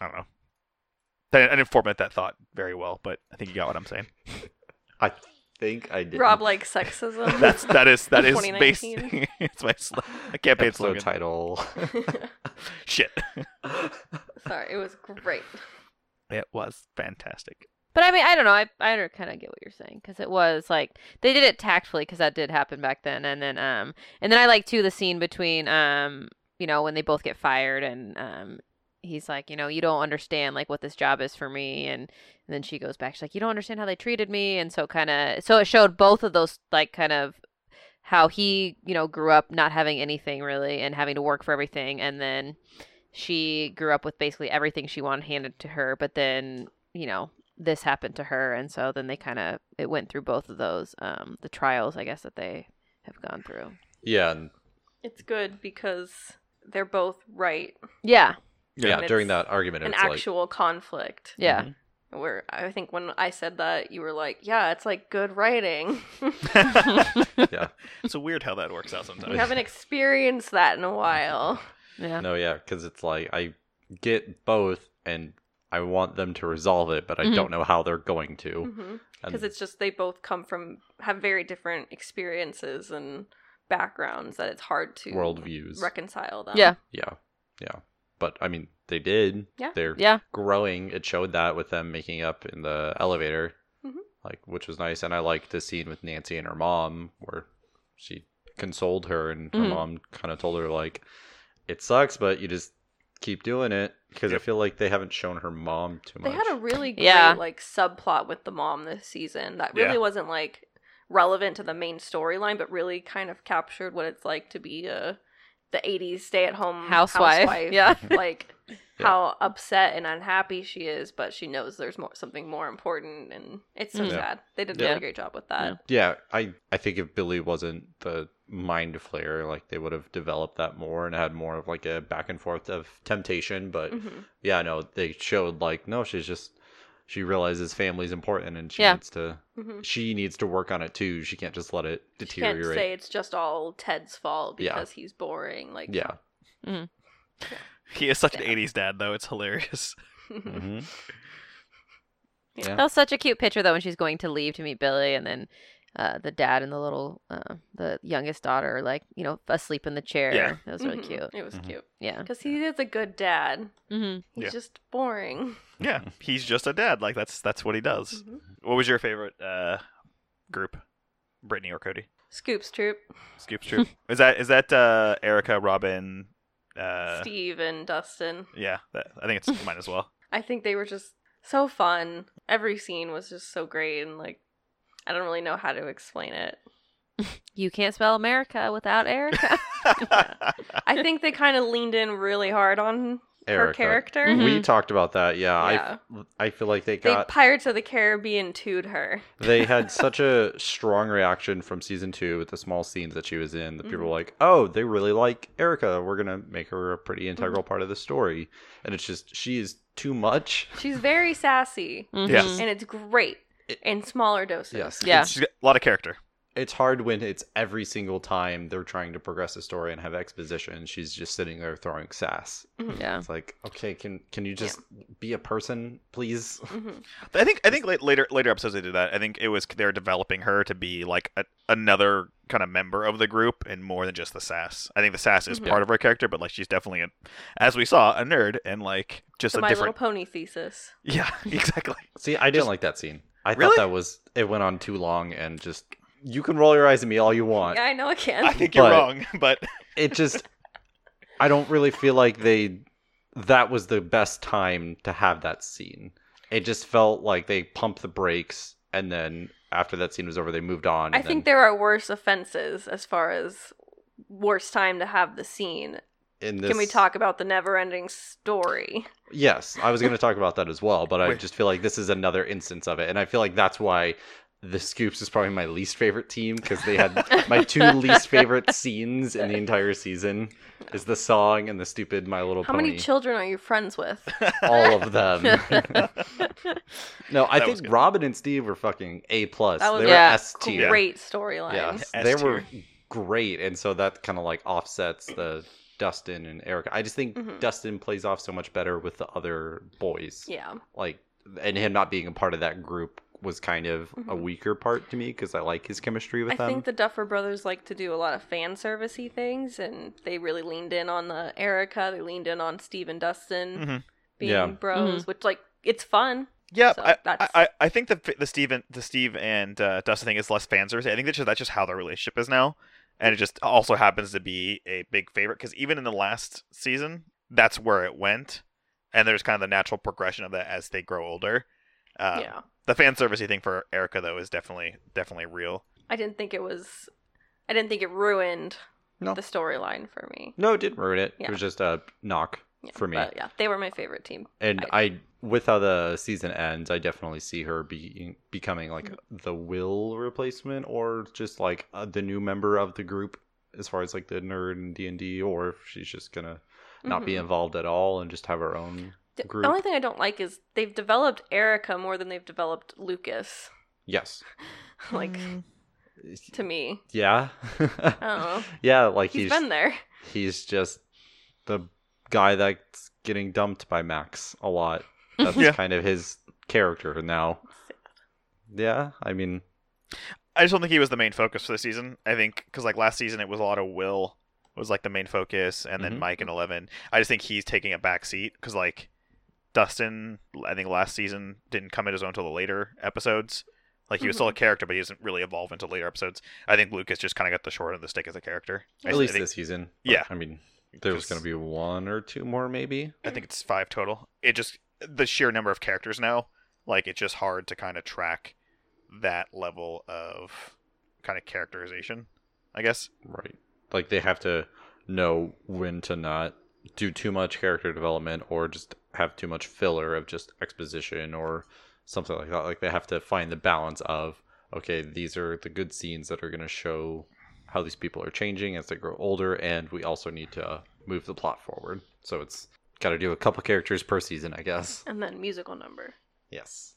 Speaker 3: I don't know. I didn't I didn't formulate that thought very well, but I think you got what I'm saying.
Speaker 1: I think I did.
Speaker 2: Rob likes sexism.
Speaker 3: That's that is that is based.
Speaker 2: 2019.
Speaker 3: it's my sl- a campaign
Speaker 1: episode
Speaker 3: slogan.
Speaker 1: title.
Speaker 3: Shit.
Speaker 2: Sorry, it was great.
Speaker 3: It was fantastic.
Speaker 4: But I mean, I don't know. I I kind of get what you're saying because it was like they did it tactfully because that did happen back then, and then um and then I like too the scene between um you know when they both get fired and um he's like you know you don't understand like what this job is for me and, and then she goes back she's like you don't understand how they treated me and so kind of so it showed both of those like kind of how he you know grew up not having anything really and having to work for everything and then she grew up with basically everything she wanted handed to her but then you know this happened to her and so then they kind of it went through both of those um the trials i guess that they have gone through
Speaker 1: yeah, and
Speaker 2: It's good because they're both right.
Speaker 4: yeah
Speaker 1: yeah.
Speaker 2: And
Speaker 1: during
Speaker 2: it's
Speaker 1: that argument,
Speaker 2: An
Speaker 1: it's like,
Speaker 2: actual conflict.
Speaker 4: yeah
Speaker 1: Mhm.
Speaker 2: Where I think when I said that, you were like, "Yeah, it's like good writing."
Speaker 3: It's weird how that works out sometimes.
Speaker 2: we haven't experienced that in a while.
Speaker 3: Mm-hmm.
Speaker 4: yeah
Speaker 1: No, yeah, because it's like I get both, and I want them to resolve it, but I
Speaker 4: Mhm.
Speaker 1: don't know how they're going to.
Speaker 2: Because
Speaker 1: And
Speaker 2: Mm-hmm. it's just they both come from have very different experiences and backgrounds that it's hard to
Speaker 1: worldviews.
Speaker 2: reconcile them.
Speaker 4: yeah
Speaker 1: yeah, yeah. But I mean, they did.
Speaker 2: Yeah.
Speaker 1: They're
Speaker 4: yeah
Speaker 1: growing. It showed that with them making up in the elevator,
Speaker 2: Mhm.
Speaker 1: like which was nice. And I liked the scene with Nancy and her mom where she consoled her, and her
Speaker 2: Mm-hmm.
Speaker 4: Mhm.
Speaker 1: mom kind of told her like, "It sucks, but you just keep doing it." Because
Speaker 3: Yep.
Speaker 1: I feel like they haven't shown her mom too
Speaker 2: They
Speaker 1: much.
Speaker 2: had a really great
Speaker 4: Yeah.
Speaker 2: like subplot with the mom this season that
Speaker 3: Yeah.
Speaker 2: really wasn't like relevant to the main storyline, but really kind of captured what it's like to be a the '80s stay-at-home
Speaker 4: Housewife, yeah.
Speaker 2: like
Speaker 1: Yeah.
Speaker 2: how upset and unhappy she is, but she knows there's more something more important, and it's so
Speaker 4: Mhm.
Speaker 1: Yeah.
Speaker 2: sad. They did a
Speaker 1: Yeah.
Speaker 2: really great job with that.
Speaker 1: Yeah, I I think if Billy wasn't the mind flayer, like they would have developed that more and had more of like a back and forth of temptation. But
Speaker 2: Mhm.
Speaker 1: yeah, no, they showed like no, she's just she realizes family's important and she
Speaker 4: Yeah.
Speaker 1: needs to
Speaker 2: Mhm.
Speaker 1: she needs to work on it too. She can't just let it
Speaker 2: She can't say
Speaker 1: deteriorate.
Speaker 2: it's just all Ted's fault
Speaker 1: Yeah.
Speaker 2: because he's boring. Like
Speaker 1: Yeah.
Speaker 3: He is such an '80s dad, though. It's hilarious.
Speaker 1: hmm
Speaker 2: Mm-hmm. Yeah.
Speaker 4: that was such a cute picture though when she's going to leave to meet billy and then uh, the dad and the little uh, the youngest daughter are, like you know asleep in the chair
Speaker 3: Yeah.
Speaker 4: that was really
Speaker 2: Mhm.
Speaker 4: cute
Speaker 2: It was
Speaker 1: Mhm.
Speaker 2: cute
Speaker 4: yeah
Speaker 2: because he is a good dad.
Speaker 4: hmm
Speaker 2: He's
Speaker 3: Yeah.
Speaker 2: just boring.
Speaker 3: Yeah, he's just a dad. Like that's that's what he does.
Speaker 2: Mhm.
Speaker 3: What was your favorite uh, group? Brittany or Cody?
Speaker 2: Scoops Troop,
Speaker 3: Scoops troop. is that is that uh, Erica, Robin? Uh,
Speaker 2: Steve, and Dustin.
Speaker 3: yeah, that, I think it's mine as well.
Speaker 2: I think they were just so fun. Every scene was just so great, and like, I don't really know how to explain it.
Speaker 4: You can't spell America without Erica.
Speaker 2: I think they kind of leaned in really hard on Oh, her
Speaker 1: Erica.
Speaker 2: character. Mm-hmm.
Speaker 4: Mhm.
Speaker 1: We talked about that. Yeah, I
Speaker 2: Yeah.
Speaker 1: f- I feel like they
Speaker 2: They
Speaker 1: got
Speaker 2: Pirates of the Caribbean toed her.
Speaker 1: they had such a strong reaction from season two with the small scenes that she was in that people were like, "Oh, they really like Erica. We're gonna make her a pretty integral part of the story." And it's just she is too much.
Speaker 2: She's very sassy,
Speaker 3: Yes.
Speaker 2: and it's great
Speaker 1: It-
Speaker 2: in smaller doses.
Speaker 1: Yes,
Speaker 4: Mm-hmm. Yeah.
Speaker 1: It's,
Speaker 3: She's got a lot of character.
Speaker 1: it's hard when it's every single time they're trying to progress a story and have exposition. She's just sitting there throwing sass.
Speaker 4: Yeah.
Speaker 1: It's like, okay, can can you just be a person, please?
Speaker 2: Mhm.
Speaker 3: I think I think late, later later episodes they did that. I think it was they're developing her to be like a, another kind of member of the group and more than just the sass. I think the sass is
Speaker 2: Mhm.
Speaker 3: part of her character, but like she's definitely, a, as we saw, a nerd and like just
Speaker 2: The
Speaker 3: a
Speaker 2: My
Speaker 3: different.
Speaker 2: Little Pony thesis.
Speaker 3: Yeah, exactly.
Speaker 1: See, I didn't
Speaker 3: Just-
Speaker 1: like that scene. I
Speaker 3: Really?
Speaker 1: thought that was it went on too long and just you can roll your eyes at me all you want.
Speaker 2: Yeah, I know I can.
Speaker 3: I think you're
Speaker 1: But-
Speaker 3: wrong, but
Speaker 1: It just I don't really feel like they that was the best time to have that scene. It just felt like they pumped the brakes and then after that scene was over they moved on.
Speaker 2: I
Speaker 1: and
Speaker 2: think
Speaker 1: then,
Speaker 2: there are worse offenses as far as worst time to have the scene.
Speaker 1: in
Speaker 2: Can we
Speaker 1: this-
Speaker 2: talk about the never-ending story?
Speaker 1: Yes, I was going to talk about that as well, but I
Speaker 3: Wait.
Speaker 1: just feel like this is another instance of it, and I feel like that's why the Scoops is probably my least favorite team because they had my two least favorite scenes in the entire season is the song and the stupid My Little
Speaker 2: How
Speaker 1: Pony.
Speaker 2: many children are you friends with?
Speaker 1: all of them. no, I
Speaker 3: That was
Speaker 1: think
Speaker 3: good.
Speaker 1: Robin and Steve were fucking A plus.
Speaker 2: That was
Speaker 1: They were
Speaker 4: Yeah.
Speaker 1: S tier.
Speaker 2: Great storyline.
Speaker 1: Yes,
Speaker 3: S
Speaker 1: they
Speaker 3: tier.
Speaker 1: were great, and so that kind of like offsets the Dustin and Erica. I just think
Speaker 2: Mhm.
Speaker 1: Dustin plays off so much better with the other boys
Speaker 2: Yeah.
Speaker 1: like and him not being a part of that group was kind of a
Speaker 2: Mhm.
Speaker 1: weaker part to me because I like his chemistry with
Speaker 2: I
Speaker 1: them.
Speaker 2: think the Duffer brothers like to do a lot of fan servicey things, and they really leaned in on the Erica. They leaned in on Steve and Dustin
Speaker 3: Mhm.
Speaker 2: being
Speaker 1: Mm-hmm. Yeah.
Speaker 2: bros, which like it's fun.
Speaker 3: yeah,
Speaker 2: So
Speaker 3: I, I,
Speaker 2: that's-
Speaker 3: I I think the the Steve and the Steve and uh, Dustin thing is less fan service. I think that's just that's just how their relationship is now, and it just also happens to be a big favorite because even in the last season, that's where it went, and there's kind of the natural progression of that as they grow older. Uh,
Speaker 2: yeah,
Speaker 3: The fan servicey thing for Erica though is definitely definitely real.
Speaker 2: I didn't think it was. I didn't think it ruined
Speaker 1: No.
Speaker 2: the storyline for me.
Speaker 1: no, it didn't ruin it.
Speaker 2: Yeah.
Speaker 1: It was just a knock
Speaker 2: Yeah,
Speaker 1: for me.
Speaker 2: but yeah, they were my favorite team.
Speaker 1: and I, with how the season ends, I definitely see her being becoming like the Will replacement or just like uh, the new member of the group as far as like the nerd and D and D, or if she's just gonna not be
Speaker 2: Mhm.
Speaker 1: involved at all and just have her own.
Speaker 2: The-
Speaker 1: group.
Speaker 2: The only thing I don't like is they've developed Erica more than they've developed Lucas.
Speaker 1: Yes.
Speaker 2: like
Speaker 4: Mm.
Speaker 2: to me,
Speaker 1: Yeah.
Speaker 2: Oh.
Speaker 1: Yeah, like he's
Speaker 2: he's been there.
Speaker 1: he's just the guy that's getting dumped by Max a lot. That's
Speaker 3: Yeah.
Speaker 1: kind of his character now. Yeah, I mean,
Speaker 3: I just don't think he was the main focus for the season. I think because like last season it was a lot of Will was like the main focus, and then
Speaker 1: Mhm.
Speaker 3: Mike and Eleven. I just think he's taking a back seat because like Dustin, I think last season didn't come into his own until the later episodes. Like he was still a character, but he doesn't really evolve until later episodes. I think Lucas just kind of got the short end of the stick as a character. I,
Speaker 1: at least
Speaker 3: I think,
Speaker 1: this season.
Speaker 3: yeah.
Speaker 1: I mean, there's
Speaker 3: 'cause
Speaker 1: going to be one or two more, maybe.
Speaker 3: I think it's five total. It just the sheer number of characters now, like it's just hard to kind of track that level of kind of characterization. I guess.
Speaker 1: Right. Like they have to know when to not do too much character development or just have too much filler of just exposition or something like that. Like they have to find the balance of okay, these are the good scenes that are going to show how these people are changing as they grow older and we also need to move the plot forward. So it's got to do a couple characters per season, I guess.
Speaker 2: And then musical number.
Speaker 1: Yes.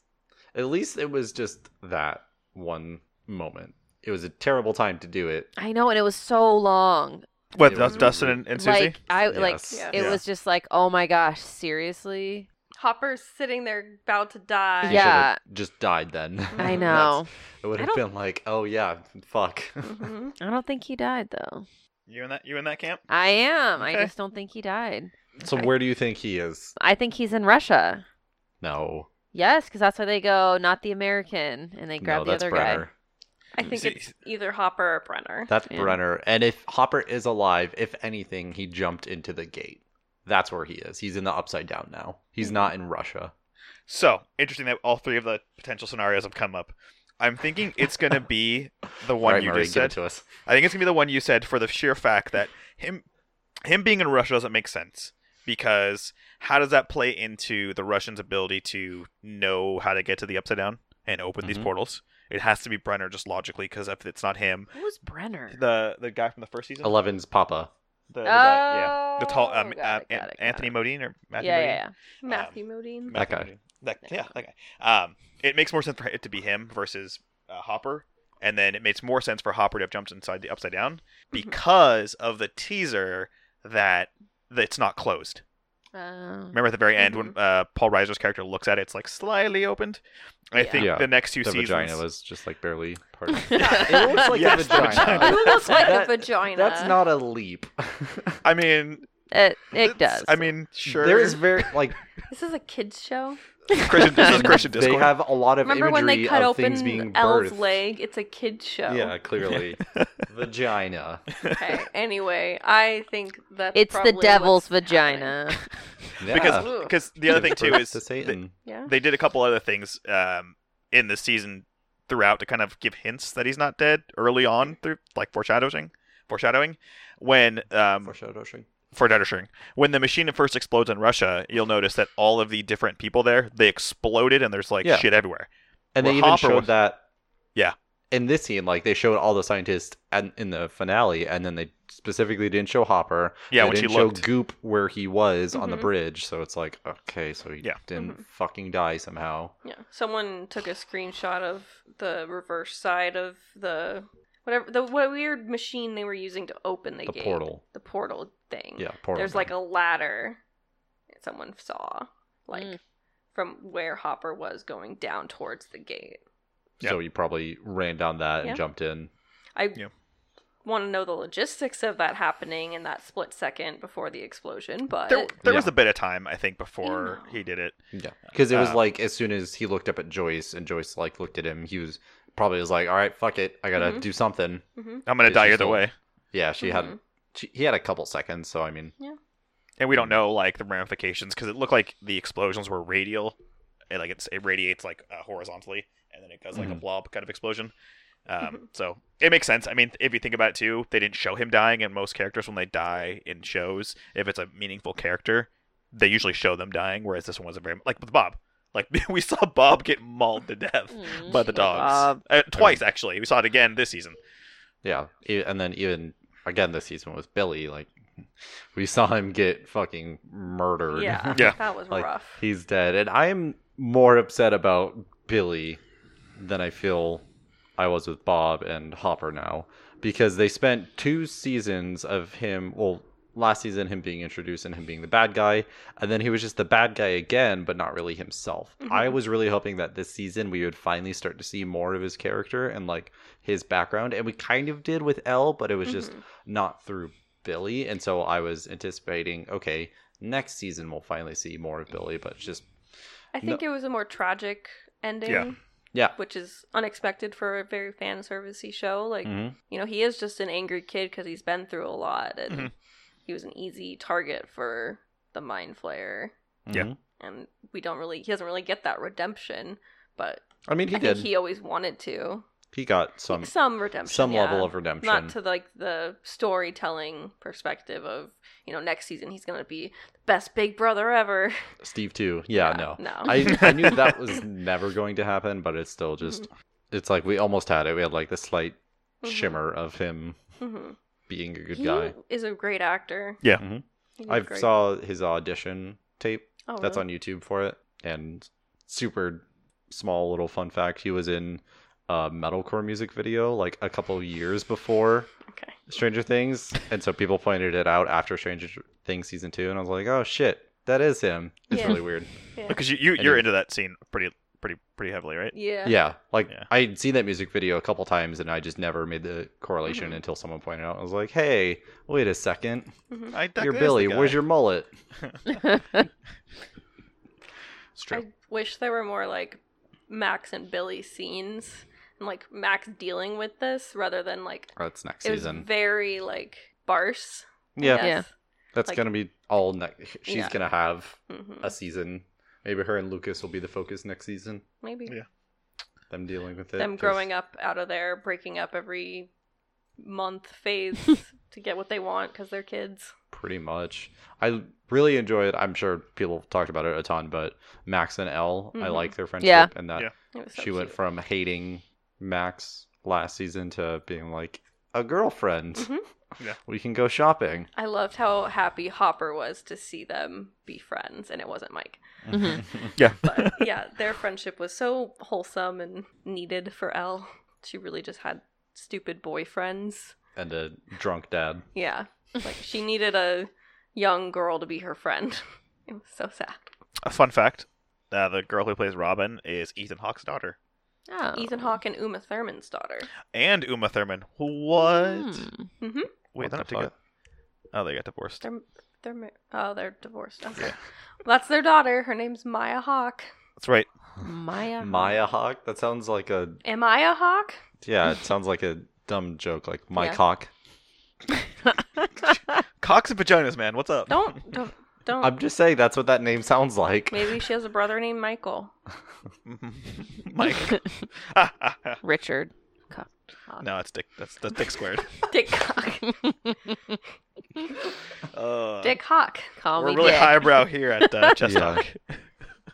Speaker 1: At least it was just that one moment. It was a terrible time to do it.
Speaker 4: I know, and it was so long.
Speaker 3: What
Speaker 1: It was
Speaker 3: Dustin
Speaker 1: really-
Speaker 3: and, and Susie?
Speaker 4: Like I like
Speaker 1: Yes.
Speaker 2: Yeah.
Speaker 4: it
Speaker 3: Yeah.
Speaker 4: was just like, oh my gosh, seriously?
Speaker 2: Hopper's sitting there about to die.
Speaker 1: You should've
Speaker 4: Yeah.
Speaker 1: just died then.
Speaker 4: I
Speaker 1: That's-
Speaker 4: know.
Speaker 1: It would
Speaker 4: I
Speaker 1: have
Speaker 4: don't-
Speaker 1: been like, oh yeah, fuck.
Speaker 2: Mhm.
Speaker 4: I don't think he died though.
Speaker 3: You in that you in that camp?
Speaker 4: I am. I
Speaker 3: Okay.
Speaker 4: just don't think he died.
Speaker 1: so where do you think he is?
Speaker 4: I think he's in Russia.
Speaker 1: No,
Speaker 4: Yes, because that's why they go, not the American, and they grab
Speaker 1: no,
Speaker 4: the
Speaker 1: that's
Speaker 4: other
Speaker 1: Brenner.
Speaker 4: guy.
Speaker 2: I think
Speaker 3: See-
Speaker 2: it's either Hopper or Brenner.
Speaker 1: That's
Speaker 4: Yeah.
Speaker 1: Brenner. And if Hopper is alive, if anything, he jumped into the gate. That's where he is. He's in the upside down
Speaker 4: Mm-hmm.
Speaker 1: now. He's not in Russia.
Speaker 3: So interesting that all three of the potential scenarios have come up. I'm thinking it's gonna be the one
Speaker 1: All right,
Speaker 3: you
Speaker 1: Murray,
Speaker 3: just
Speaker 1: give it
Speaker 3: said.
Speaker 1: to us.
Speaker 3: I think it's gonna be the one you said for the sheer fact that him him being in Russia doesn't make sense because how does that play into the Russians' ability to know how to get to the Upside Down and open these
Speaker 1: Mhm.
Speaker 3: portals? It has to be Brenner just logically because if it's not him,
Speaker 4: Who was Brenner?
Speaker 3: the the guy from the first season,
Speaker 1: Eleven's Papa.
Speaker 3: the, the
Speaker 4: oh,
Speaker 3: guy- yeah, the tall um,
Speaker 4: got it,
Speaker 3: uh,
Speaker 4: got
Speaker 3: An-
Speaker 4: it, got
Speaker 3: Anthony
Speaker 4: it.
Speaker 3: Modine or Matthew
Speaker 4: yeah,
Speaker 3: Modine?
Speaker 4: yeah,
Speaker 1: Um,
Speaker 2: Matthew Modine.
Speaker 1: That guy.
Speaker 3: Matthew Modine. That,
Speaker 4: That
Speaker 3: yeah, that guy. Um, it makes more sense for it to be him versus uh, Hopper, and then it makes more sense for Hopper to have jumped inside the upside down
Speaker 4: Mm-hmm.
Speaker 3: because of the teaser that, that it's not closed.
Speaker 4: yeah. Um,
Speaker 3: Remember at the very end when uh, Paul Reiser's character looks at it, it's like slightly opened. I
Speaker 4: Yeah.
Speaker 3: think
Speaker 1: Yeah.
Speaker 3: the next two
Speaker 1: The
Speaker 3: seasons,
Speaker 1: vagina was just like barely part. Of
Speaker 4: It
Speaker 1: looks like a
Speaker 3: Yes, the
Speaker 1: vagina.
Speaker 2: It looks like
Speaker 1: That-
Speaker 2: a vagina.
Speaker 1: That's not a leap.
Speaker 3: I mean,
Speaker 4: it,
Speaker 3: it's-
Speaker 4: it does.
Speaker 3: I mean, sure.
Speaker 1: There is very like
Speaker 2: This is a kids show.
Speaker 3: Christian, this is Christian
Speaker 1: they
Speaker 3: Discord.
Speaker 1: have a lot of
Speaker 2: Remember
Speaker 1: imagery
Speaker 2: when they cut
Speaker 1: of
Speaker 2: open
Speaker 1: things being
Speaker 2: Elle's
Speaker 1: birthed.
Speaker 2: leg? It's a kids show.
Speaker 1: Yeah, clearly vagina.
Speaker 2: Okay. Anyway, I think that
Speaker 4: it's the devil's vagina.
Speaker 3: because
Speaker 2: Yeah.
Speaker 3: because the other thing
Speaker 1: Gives
Speaker 3: too
Speaker 1: birth
Speaker 3: is
Speaker 1: to
Speaker 3: they-
Speaker 1: Satan.
Speaker 2: Yeah.
Speaker 3: they did a couple other things um, in the season throughout to kind of give hints that he's not dead early on through like foreshadowing foreshadowing when um
Speaker 1: Foreshadowing.
Speaker 3: foreshadowing when the machine first explodes in russia you'll notice that all of the different people there they exploded and there's like
Speaker 1: Yeah.
Speaker 3: shit everywhere
Speaker 1: And they
Speaker 3: Well,
Speaker 1: even
Speaker 3: Hopper
Speaker 1: showed
Speaker 3: was-
Speaker 1: that.
Speaker 3: Yeah.
Speaker 1: In this scene, like they showed all the scientists and in the finale, and then they specifically didn't show Hopper.
Speaker 3: yeah
Speaker 1: they
Speaker 3: when she
Speaker 1: didn't show
Speaker 3: looked
Speaker 1: Goop where he was on the
Speaker 2: Mhm.
Speaker 1: bridge, so it's like okay, so he
Speaker 3: Yeah.
Speaker 1: didn't
Speaker 2: Mhm.
Speaker 1: fucking die somehow.
Speaker 2: Yeah. Someone took a screenshot of the reverse side of the whatever the what weird machine they were using to open the,
Speaker 1: The
Speaker 2: gate.
Speaker 1: portal,
Speaker 2: The portal thing.
Speaker 1: yeah, portal.
Speaker 2: There's like a ladder that someone saw like
Speaker 4: Mm.
Speaker 2: from where Hopper was going down towards the gate.
Speaker 1: so he probably ran down that and
Speaker 2: Yeah.
Speaker 1: jumped in.
Speaker 2: I
Speaker 3: Yeah.
Speaker 2: want to know the logistics of that happening in that split second before the explosion, but
Speaker 3: there, there was
Speaker 1: Yeah.
Speaker 3: a bit of time i think before
Speaker 2: know.
Speaker 3: he did it
Speaker 1: Yeah, because it was
Speaker 3: Uh,
Speaker 1: like as soon as he looked up at Joyce and Joyce like looked at him, he was probably was like, "All right, fuck it, I gotta
Speaker 2: Mhm.
Speaker 1: do something."
Speaker 2: Mhm.
Speaker 3: i'm gonna
Speaker 1: It's
Speaker 3: die
Speaker 1: just
Speaker 3: either
Speaker 1: all-
Speaker 3: way
Speaker 1: Yeah, she had
Speaker 2: Mhm.
Speaker 1: she, he had a couple seconds, so I mean,
Speaker 3: and we don't know like the ramifications because it looked like the explosions were radial it like it's, it radiates like uh, horizontally and then it goes like a
Speaker 1: Mhm.
Speaker 3: blob kind of explosion um,
Speaker 2: Mhm.
Speaker 3: so it makes sense i mean if you think about it too they didn't show him dying and most characters when they die in shows if it's a meaningful character they usually show them dying whereas this one was a very like with bob like we saw bob get mauled to death
Speaker 4: Mm.
Speaker 3: by the dogs
Speaker 4: Bob.
Speaker 3: uh, twice actually we saw it again this season
Speaker 1: yeah, e- and then even again this season with Billy, like we saw him get fucking murdered.
Speaker 2: Yeah,
Speaker 3: Yeah.
Speaker 2: that was
Speaker 1: Like,
Speaker 2: rough.
Speaker 1: he's dead, and I'm more upset about Billy than I feel I was with Bob and Hopper now because they spent two seasons of him. Well, last season him being introduced and him being the bad guy, and then he was just the bad guy again, but not really himself.
Speaker 2: Mhm.
Speaker 1: I was really hoping that this season we would finally start to see more of his character and like his background, and we kind of did with L, but it was just
Speaker 2: Mhm.
Speaker 1: not through Billy. And so I was anticipating, okay, next season we'll finally see more of Billy, but it's just
Speaker 2: I think it was a more tragic ending.
Speaker 3: Yeah.
Speaker 1: Yeah.
Speaker 2: Which is unexpected for a very fan servicey show. Like,
Speaker 1: Mhm.
Speaker 2: you know, he is just an angry kid because he's been through a lot and
Speaker 1: Mm-hmm.
Speaker 3: Mhm.
Speaker 2: he was an easy target for the mind flayer.
Speaker 3: Yeah.
Speaker 1: Mhm.
Speaker 2: And we don't really, he doesn't really get that redemption, but
Speaker 1: I mean, he
Speaker 2: I
Speaker 1: did.
Speaker 2: think he always wanted to.
Speaker 1: He got some
Speaker 2: some redemption.
Speaker 1: some
Speaker 2: yeah.
Speaker 1: level of redemption.
Speaker 2: Not to like the storytelling perspective of, you know, next season he's going to be the best big brother ever.
Speaker 1: Steve too. Yeah, no.
Speaker 2: No.
Speaker 1: I, I knew that was never going to happen, but it's still
Speaker 2: Mm-hmm.
Speaker 1: just it's like we almost had it. We had like the slight
Speaker 2: Mhm.
Speaker 1: shimmer of him
Speaker 2: hmm
Speaker 1: being a good
Speaker 2: he
Speaker 1: guy.
Speaker 2: is a great actor.
Speaker 3: Yeah.
Speaker 1: Mhm.
Speaker 2: He's
Speaker 1: I
Speaker 2: great.
Speaker 1: saw his audition tape
Speaker 2: Oh,
Speaker 1: that's
Speaker 2: really?
Speaker 1: on YouTube for it. And super small little fun fact: he was in a metalcore music video like a couple years before
Speaker 2: Okay.
Speaker 1: Stranger Things, and so people pointed it out after Stranger Things season two, and I was like, oh shit, that is him. It's
Speaker 2: Yeah.
Speaker 1: really weird.
Speaker 2: Yeah.
Speaker 3: because you, you
Speaker 1: And
Speaker 3: you're
Speaker 1: he-
Speaker 3: into that scene pretty pretty pretty heavily right
Speaker 2: Yeah.
Speaker 1: Yeah, like
Speaker 3: Yeah.
Speaker 1: I'd seen that music video a couple times, and I just never made the correlation
Speaker 2: Mhm.
Speaker 1: until someone pointed out. I was like, hey, wait a second,
Speaker 2: Mhm.
Speaker 3: I, that
Speaker 1: you're
Speaker 3: is the
Speaker 1: Billy.
Speaker 3: guy.
Speaker 1: Where's your mullet?
Speaker 3: it's true
Speaker 2: I wish there were more like Max and Billy scenes and like Max dealing with this rather than like
Speaker 1: Oh, that's next
Speaker 2: it was
Speaker 1: season.
Speaker 2: very like Barse.
Speaker 1: yeah,
Speaker 4: Yeah.
Speaker 1: that's
Speaker 2: like-
Speaker 1: gonna be all next. She's
Speaker 2: Yeah.
Speaker 1: gonna have
Speaker 2: hmm
Speaker 1: a season. Maybe her and Lucas will be the focus next season.
Speaker 2: Maybe.
Speaker 3: Yeah.
Speaker 1: them dealing with it.
Speaker 2: them growing up out of their breaking up every month phase to get what they want because they're kids.
Speaker 1: Pretty much. I really enjoy it. I'm sure people talked about it a ton, but Max and L, I
Speaker 2: Mhm.
Speaker 1: like their friendship
Speaker 4: Yeah.
Speaker 1: and that
Speaker 3: Yeah.
Speaker 2: It was so
Speaker 1: she went
Speaker 2: cute.
Speaker 1: from hating Max last season to being like a girlfriend.
Speaker 2: Mhm.
Speaker 3: Yeah.
Speaker 1: We can go shopping.
Speaker 2: I loved how happy Hopper was to see them be friends, and it wasn't Mike. Mm-hmm.
Speaker 4: Mhm.
Speaker 3: Yeah.
Speaker 2: But yeah, their friendship was so wholesome and needed for Elle. She really just had stupid boyfriends.
Speaker 1: and a drunk dad.
Speaker 2: Yeah, like she needed a young girl to be her friend. It was so sad.
Speaker 3: A fun fact: uh, the girl who plays Robin is Ethan Hawke's daughter
Speaker 4: Oh.
Speaker 2: Ethan Hawke and Uma Thurman's daughter.
Speaker 3: and Uma Thurman. What?
Speaker 4: Hmm.
Speaker 3: Wait,
Speaker 1: What
Speaker 3: they're
Speaker 1: the
Speaker 3: not together.
Speaker 1: fuck?
Speaker 3: Oh, they got divorced.
Speaker 2: They're they're ma- oh they're divorced. Okay,
Speaker 3: Yeah.
Speaker 2: Well, that's their daughter. Her name's Maya Hawke.
Speaker 3: That's right.
Speaker 4: Maya.
Speaker 1: Maya Hawk? That sounds like a
Speaker 2: Am I a hawk?
Speaker 1: yeah, it sounds like a dumb joke like Mike
Speaker 2: Yeah.
Speaker 1: Hawk.
Speaker 3: Cocks and vaginas, man. What's up?
Speaker 2: Don't don't don't.
Speaker 1: I'm just saying that's what that name sounds like.
Speaker 2: Oh. Maybe she has a brother named Michael.
Speaker 3: Mike.
Speaker 4: Richard.
Speaker 3: no, it's Dick. That's, that's Dick squared.
Speaker 2: Dick Cock.
Speaker 3: Uh,
Speaker 2: Dick Hawk.
Speaker 4: Call
Speaker 3: We're
Speaker 4: me
Speaker 3: really
Speaker 4: Dick.
Speaker 3: highbrow here at uh, Chess
Speaker 1: Yeah.
Speaker 3: Talk.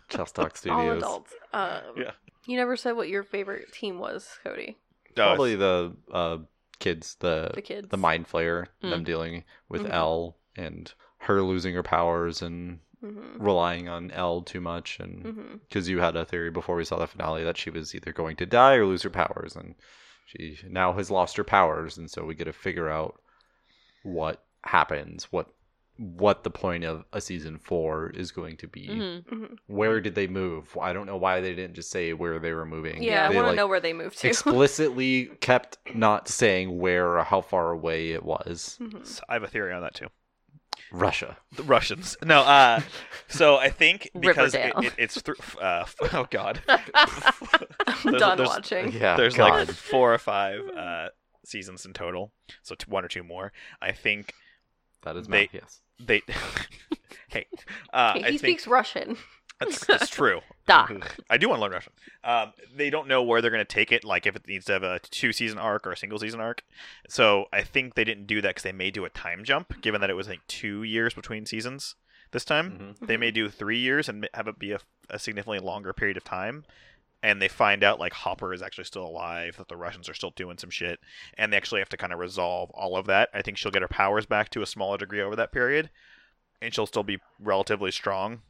Speaker 1: Chess Talk
Speaker 2: All
Speaker 1: Studios.
Speaker 2: adults. Um,
Speaker 3: Yeah.
Speaker 2: You never said what your favorite team was, Cody.
Speaker 3: No,
Speaker 1: Probably the uh, kids, the
Speaker 2: The kids.
Speaker 1: the mind flayer, them
Speaker 4: Mm.
Speaker 1: dealing with
Speaker 2: Mhm.
Speaker 1: L and her losing her powers and
Speaker 2: Mm-hmm.
Speaker 1: relying on L too much and
Speaker 2: Mm-hmm.
Speaker 1: because you had a theory before we saw the finale that she was either going to die or lose her powers, and she now has lost her powers, and so we get to figure out what happens, what what the point of a season four is going to be.
Speaker 4: Mhm.
Speaker 2: Mm-hmm.
Speaker 1: Where did they move? I don't know why they didn't just say where they were moving.
Speaker 2: Yeah, I
Speaker 1: They,
Speaker 2: want to
Speaker 1: like,
Speaker 2: know where they moved to.
Speaker 1: explicitly kept not saying where or how far away it was.
Speaker 2: Mhm.
Speaker 3: it's- I have a theory on that too.
Speaker 1: Russia.
Speaker 3: The Russians. No, uh, so I think because it,
Speaker 4: Riverdale.
Speaker 3: it, it's through. Uh, f- oh God.
Speaker 2: I'm
Speaker 3: There's-
Speaker 2: done
Speaker 3: there's-
Speaker 2: watching.
Speaker 1: Yeah.
Speaker 3: There's
Speaker 1: God.
Speaker 3: like four or five uh, seasons in total, so t- one or two more. I think
Speaker 1: that is
Speaker 3: they-
Speaker 1: my yes.
Speaker 3: they. hey, uh,
Speaker 2: Okay,
Speaker 3: I
Speaker 2: he
Speaker 3: think
Speaker 2: speaks Russian.
Speaker 3: that's, that's true.
Speaker 4: Da.
Speaker 3: I do want to learn Russian. Um, they don't know where they're going to take it, like if it needs to have a two season arc or a single season arc. So I think they didn't do that because they may do a time jump, given that it was like two years between seasons this time.
Speaker 1: Mhm.
Speaker 3: They
Speaker 4: Mm-hmm.
Speaker 3: may do three years and have it be a, a significantly longer period of time. And they find out like Hopper is actually still alive, that the Russians are still doing some shit, and they actually have to kind of resolve all of that. I think she'll get her powers back to a smaller degree over that period, and she'll still be relatively strong.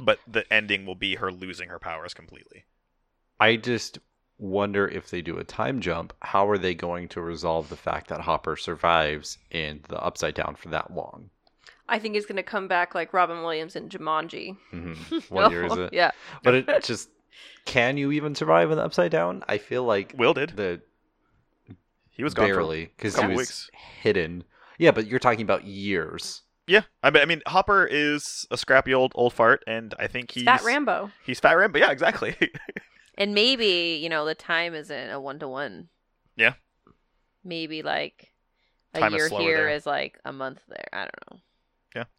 Speaker 3: But the ending will be her losing her powers completely.
Speaker 1: I just wonder if they do a time jump, how are they going to resolve the fact that Hopper survives in the Upside Down for that long?
Speaker 2: I think he's going to come back like Robin Williams in Jumanji.
Speaker 1: Mhm. What year is
Speaker 4: Oh,
Speaker 1: it?
Speaker 4: Yeah.
Speaker 1: But it just can you even survive in the Upside Down? I feel like
Speaker 3: Will did.
Speaker 1: the
Speaker 3: He was gone for-
Speaker 1: barely because he
Speaker 3: couple
Speaker 1: was
Speaker 3: weeks.
Speaker 1: hidden. Yeah, but you're talking about years.
Speaker 3: yeah, I mean, I mean, Hopper is a scrappy old old fart, and I think he's
Speaker 2: He's... Fat Rambo.
Speaker 3: He's Fat Ram, but yeah, exactly.
Speaker 4: And maybe, you know, the time isn't a one to one.
Speaker 3: Yeah.
Speaker 4: Maybe like a
Speaker 3: Time is
Speaker 4: year
Speaker 3: slower
Speaker 4: here
Speaker 3: there.
Speaker 4: is like a month there. I don't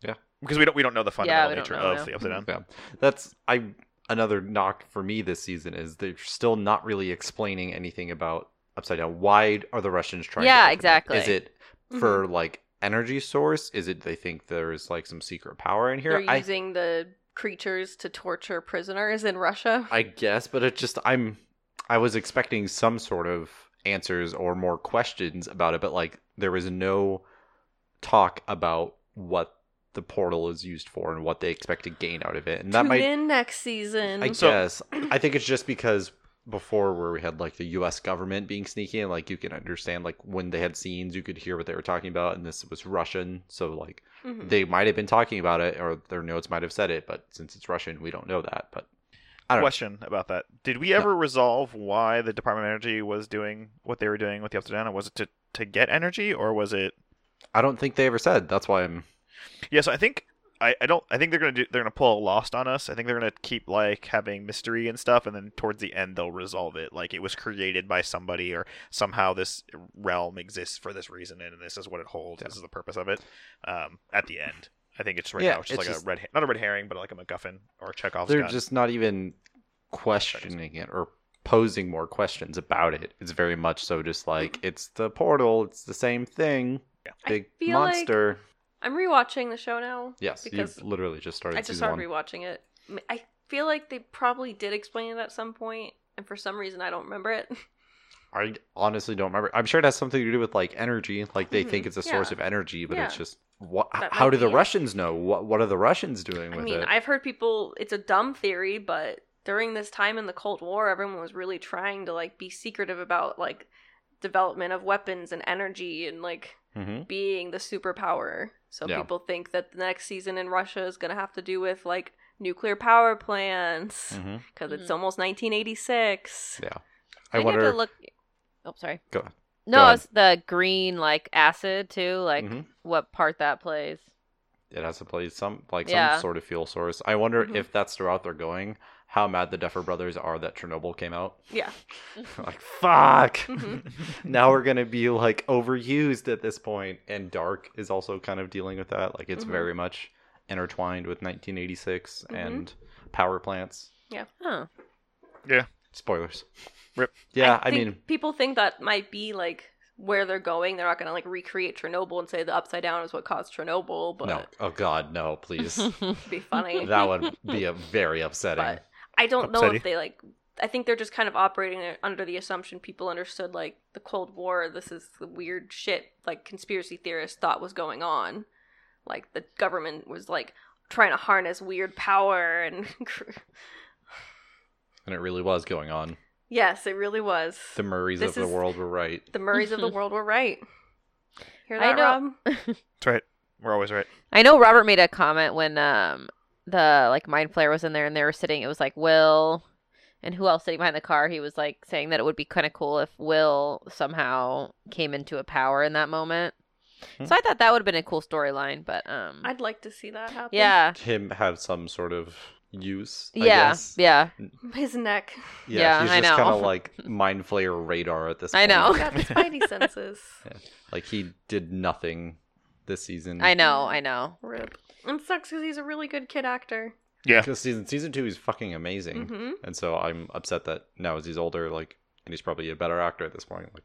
Speaker 4: know.
Speaker 3: because we don't we don't know the fundamental
Speaker 4: we don't
Speaker 3: nature
Speaker 4: know
Speaker 3: of
Speaker 4: now.
Speaker 3: the upside down.
Speaker 1: Yeah, that's I another knock for me this season is they're still not really explaining anything about upside down. Why are the Russians trying? to
Speaker 4: Yeah,
Speaker 1: open it?
Speaker 4: exactly.
Speaker 1: Is it
Speaker 2: Mm-hmm.
Speaker 1: for like energy source? Is it they think there's like some secret power in here?
Speaker 2: They're
Speaker 1: I
Speaker 2: using the creatures to torture prisoners in Russia.
Speaker 1: I guess, but it just I'm I was expecting some sort of answers or more questions about it, but like there was no talk about what the portal is used for and what they expect to gain out of it, and that
Speaker 2: Tune
Speaker 1: might
Speaker 2: in next season.
Speaker 1: I
Speaker 3: So-
Speaker 1: guess. I think it's just because before where we had like the US government being sneaky and like you can understand like when they had scenes you could hear what they were talking about and this was Russian so like
Speaker 2: Mhm.
Speaker 1: they might have been talking about it or their notes might have said it but since it's Russian we don't know that but I don't know.
Speaker 3: Question about that: Did we ever resolve why the Department of Energy was doing what they were doing with the upside down? Was it to to get energy, or was it?
Speaker 1: I don't think they ever said that's why I'm
Speaker 3: Yeah, so I think I, I don't I think they're gonna do they're gonna pull a Lost on us. I think they're gonna keep like having mystery and stuff, and then towards the end they'll resolve it. Like it was created by somebody, or somehow this realm exists for this reason, and this is what it holds. This is the purpose of it. Um, at the end, I think it's right
Speaker 1: Yeah,
Speaker 3: now it's just
Speaker 1: it's
Speaker 3: like
Speaker 1: just-
Speaker 3: a red ha- not a red herring, but like a MacGuffin or Chekhov's
Speaker 1: they're
Speaker 3: gun.
Speaker 1: just not even questioning it or posing more questions about it. It's very much so just like it's the portal, it's the same thing.
Speaker 2: I
Speaker 1: Big
Speaker 2: feel like-
Speaker 1: monster.
Speaker 2: I'm rewatching the show now.
Speaker 1: yes,
Speaker 2: because
Speaker 1: you've literally just started
Speaker 2: I just
Speaker 1: season
Speaker 2: started
Speaker 1: one.
Speaker 2: rewatching it. M- I feel like they probably did explain it at some point, and for some reason I don't remember it.
Speaker 1: I honestly don't remember. I'm sure it has something to do with like energy. Like they
Speaker 2: Mhm,
Speaker 1: think it's a source
Speaker 2: yeah.
Speaker 1: of energy, but it's
Speaker 2: Yeah.
Speaker 1: just what?
Speaker 2: That
Speaker 1: How
Speaker 2: might
Speaker 1: do the
Speaker 2: be it.
Speaker 1: Russians know? What What are the Russians doing
Speaker 2: I
Speaker 1: with
Speaker 2: mean,
Speaker 1: it?
Speaker 2: I've heard people. It's a dumb theory, but during this time in the Cold War, everyone was really trying to like be secretive about like development of weapons and energy and like
Speaker 1: hmm
Speaker 2: being the superpower. So
Speaker 1: Yeah.
Speaker 2: people think that the next season in Russia is going to have to do with like nuclear power plants
Speaker 1: hmm
Speaker 2: because it's
Speaker 4: Mhm.
Speaker 2: almost 1986.
Speaker 1: Yeah,
Speaker 4: I
Speaker 1: I wonder.
Speaker 4: have to look. Oh, sorry.
Speaker 1: Go on.
Speaker 4: No,
Speaker 1: Go
Speaker 4: it's the green like acid too. Like
Speaker 1: Mhm.
Speaker 4: what part that plays.
Speaker 1: It has to play some like
Speaker 4: Yeah.
Speaker 1: some sort of fuel source. I wonder
Speaker 2: Mhm.
Speaker 1: if that's the route they're going. How mad the Duffer Brothers are that Chernobyl came out.
Speaker 2: Yeah.
Speaker 1: like fuck.
Speaker 2: Mhm.
Speaker 1: now we're gonna be like overused at this point. And Dark is also kind of dealing with that. Like it's
Speaker 2: Mhm.
Speaker 1: very much intertwined with 1986
Speaker 2: Mhm.
Speaker 1: and power plants.
Speaker 4: Huh.
Speaker 1: Spoilers.
Speaker 3: Rip.
Speaker 1: Yeah, I,
Speaker 2: think
Speaker 1: mean,
Speaker 2: people think that might be like where they're going. They're not going to like recreate Chernobyl and say the Upside Down is what caused Chernobyl, but
Speaker 1: no. Oh God, no, please.
Speaker 2: it'd be funny.
Speaker 1: that would be a very upsetting.
Speaker 2: But I don't know
Speaker 3: Upsetting.
Speaker 2: if they like. I think they're just kind of operating it under the assumption people understood like the Cold War. This is the weird shit like conspiracy theorists thought was going on. Like the government was like trying to harness weird power and
Speaker 1: and it really was going on.
Speaker 2: yes, it really was.
Speaker 1: The
Speaker 2: The,
Speaker 1: Murrays
Speaker 2: This
Speaker 1: of the
Speaker 2: is-
Speaker 1: world were right.
Speaker 2: Murrays of the world were right. Hear that,
Speaker 4: I know-
Speaker 2: Rob?
Speaker 3: That's right. We're always right.
Speaker 4: I know Robert made a comment when um the like mind flare was in there and they were sitting. It was like Will and who else sitting behind the car. He was like saying that it would be kind of cool if Will somehow came into a power in that moment.
Speaker 1: Hmm.
Speaker 4: So I thought that would have been a cool storyline, but um
Speaker 2: I'd like to see that happen.
Speaker 4: yeah.
Speaker 1: Him have some sort of use. I
Speaker 4: Yeah,
Speaker 1: guess.
Speaker 4: yeah.
Speaker 2: his neck.
Speaker 1: Yeah,
Speaker 4: Yeah,
Speaker 1: he's
Speaker 4: I
Speaker 1: just
Speaker 4: know.
Speaker 1: kind of like mind flayer radar at this.
Speaker 4: I
Speaker 1: point.
Speaker 4: know.
Speaker 2: He's got the spidey senses.
Speaker 1: Like he did nothing this
Speaker 3: Hmm.
Speaker 1: season.
Speaker 4: I know, I know.
Speaker 2: Rip. And it sucks because he's a really good kid actor.
Speaker 3: Yeah.
Speaker 1: Because season season two is fucking amazing,
Speaker 4: Mm-hmm.
Speaker 2: hmm
Speaker 1: and so I'm upset that now as he's older, like, and he's probably a better actor at this point. Like,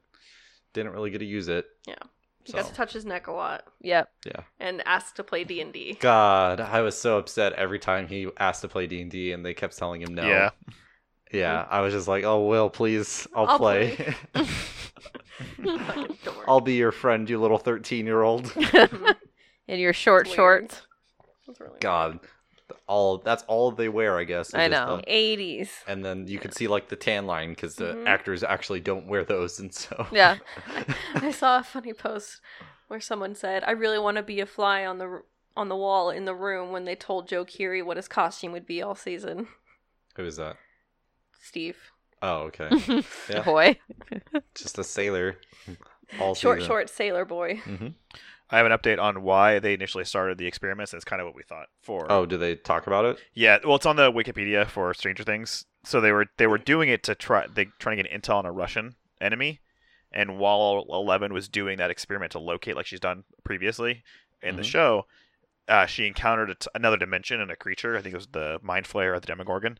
Speaker 1: didn't really get to use it.
Speaker 2: Yeah. He
Speaker 1: So.
Speaker 2: gets to touch his neck a lot
Speaker 4: Yep.
Speaker 2: and asked to play D and D.
Speaker 1: God, I was so upset every time he asked to play D and D, and they kept telling him no.
Speaker 3: Yeah.
Speaker 1: Yeah,
Speaker 4: Mm-hmm.
Speaker 1: I was just like, "Oh, Will, please, I'll,
Speaker 2: I'll
Speaker 1: play.
Speaker 2: Fucking dork.
Speaker 1: I'll be your friend, you little thirteen-year-old."
Speaker 4: In your short
Speaker 2: It's weird.
Speaker 4: shorts.
Speaker 2: That's really
Speaker 1: God, all that's all they wear, I guess. is
Speaker 4: I
Speaker 1: just
Speaker 4: know.
Speaker 1: the-
Speaker 2: Eighties.
Speaker 1: and then you could see like the tan line because the
Speaker 2: Mhm.
Speaker 1: actors actually don't wear those, and so
Speaker 4: Yeah.
Speaker 2: I saw a funny post where someone said, "I really want to be a fly on the on the wall in the room when they told Joe Keery what his costume would be all season."
Speaker 1: who is that?
Speaker 2: Steve,
Speaker 1: Oh, okay, Yeah.
Speaker 4: Boy.
Speaker 1: just a sailor. All
Speaker 2: short,
Speaker 1: season.
Speaker 2: short sailor boy.
Speaker 1: hmm
Speaker 3: I have an update on why they initially started the experiments. It's kind of what we thought for.
Speaker 1: Oh, do they talk about it?
Speaker 3: Yeah, well, it's on the Wikipedia for Stranger Things. So they were they were doing it to try they trying to get intel on a Russian enemy, and while Eleven was doing that experiment to locate, like she's done previously in the
Speaker 1: Mhm.
Speaker 3: show, uh, she encountered a t- another dimension and a creature. I think it was the Mind Flayer or the Demogorgon.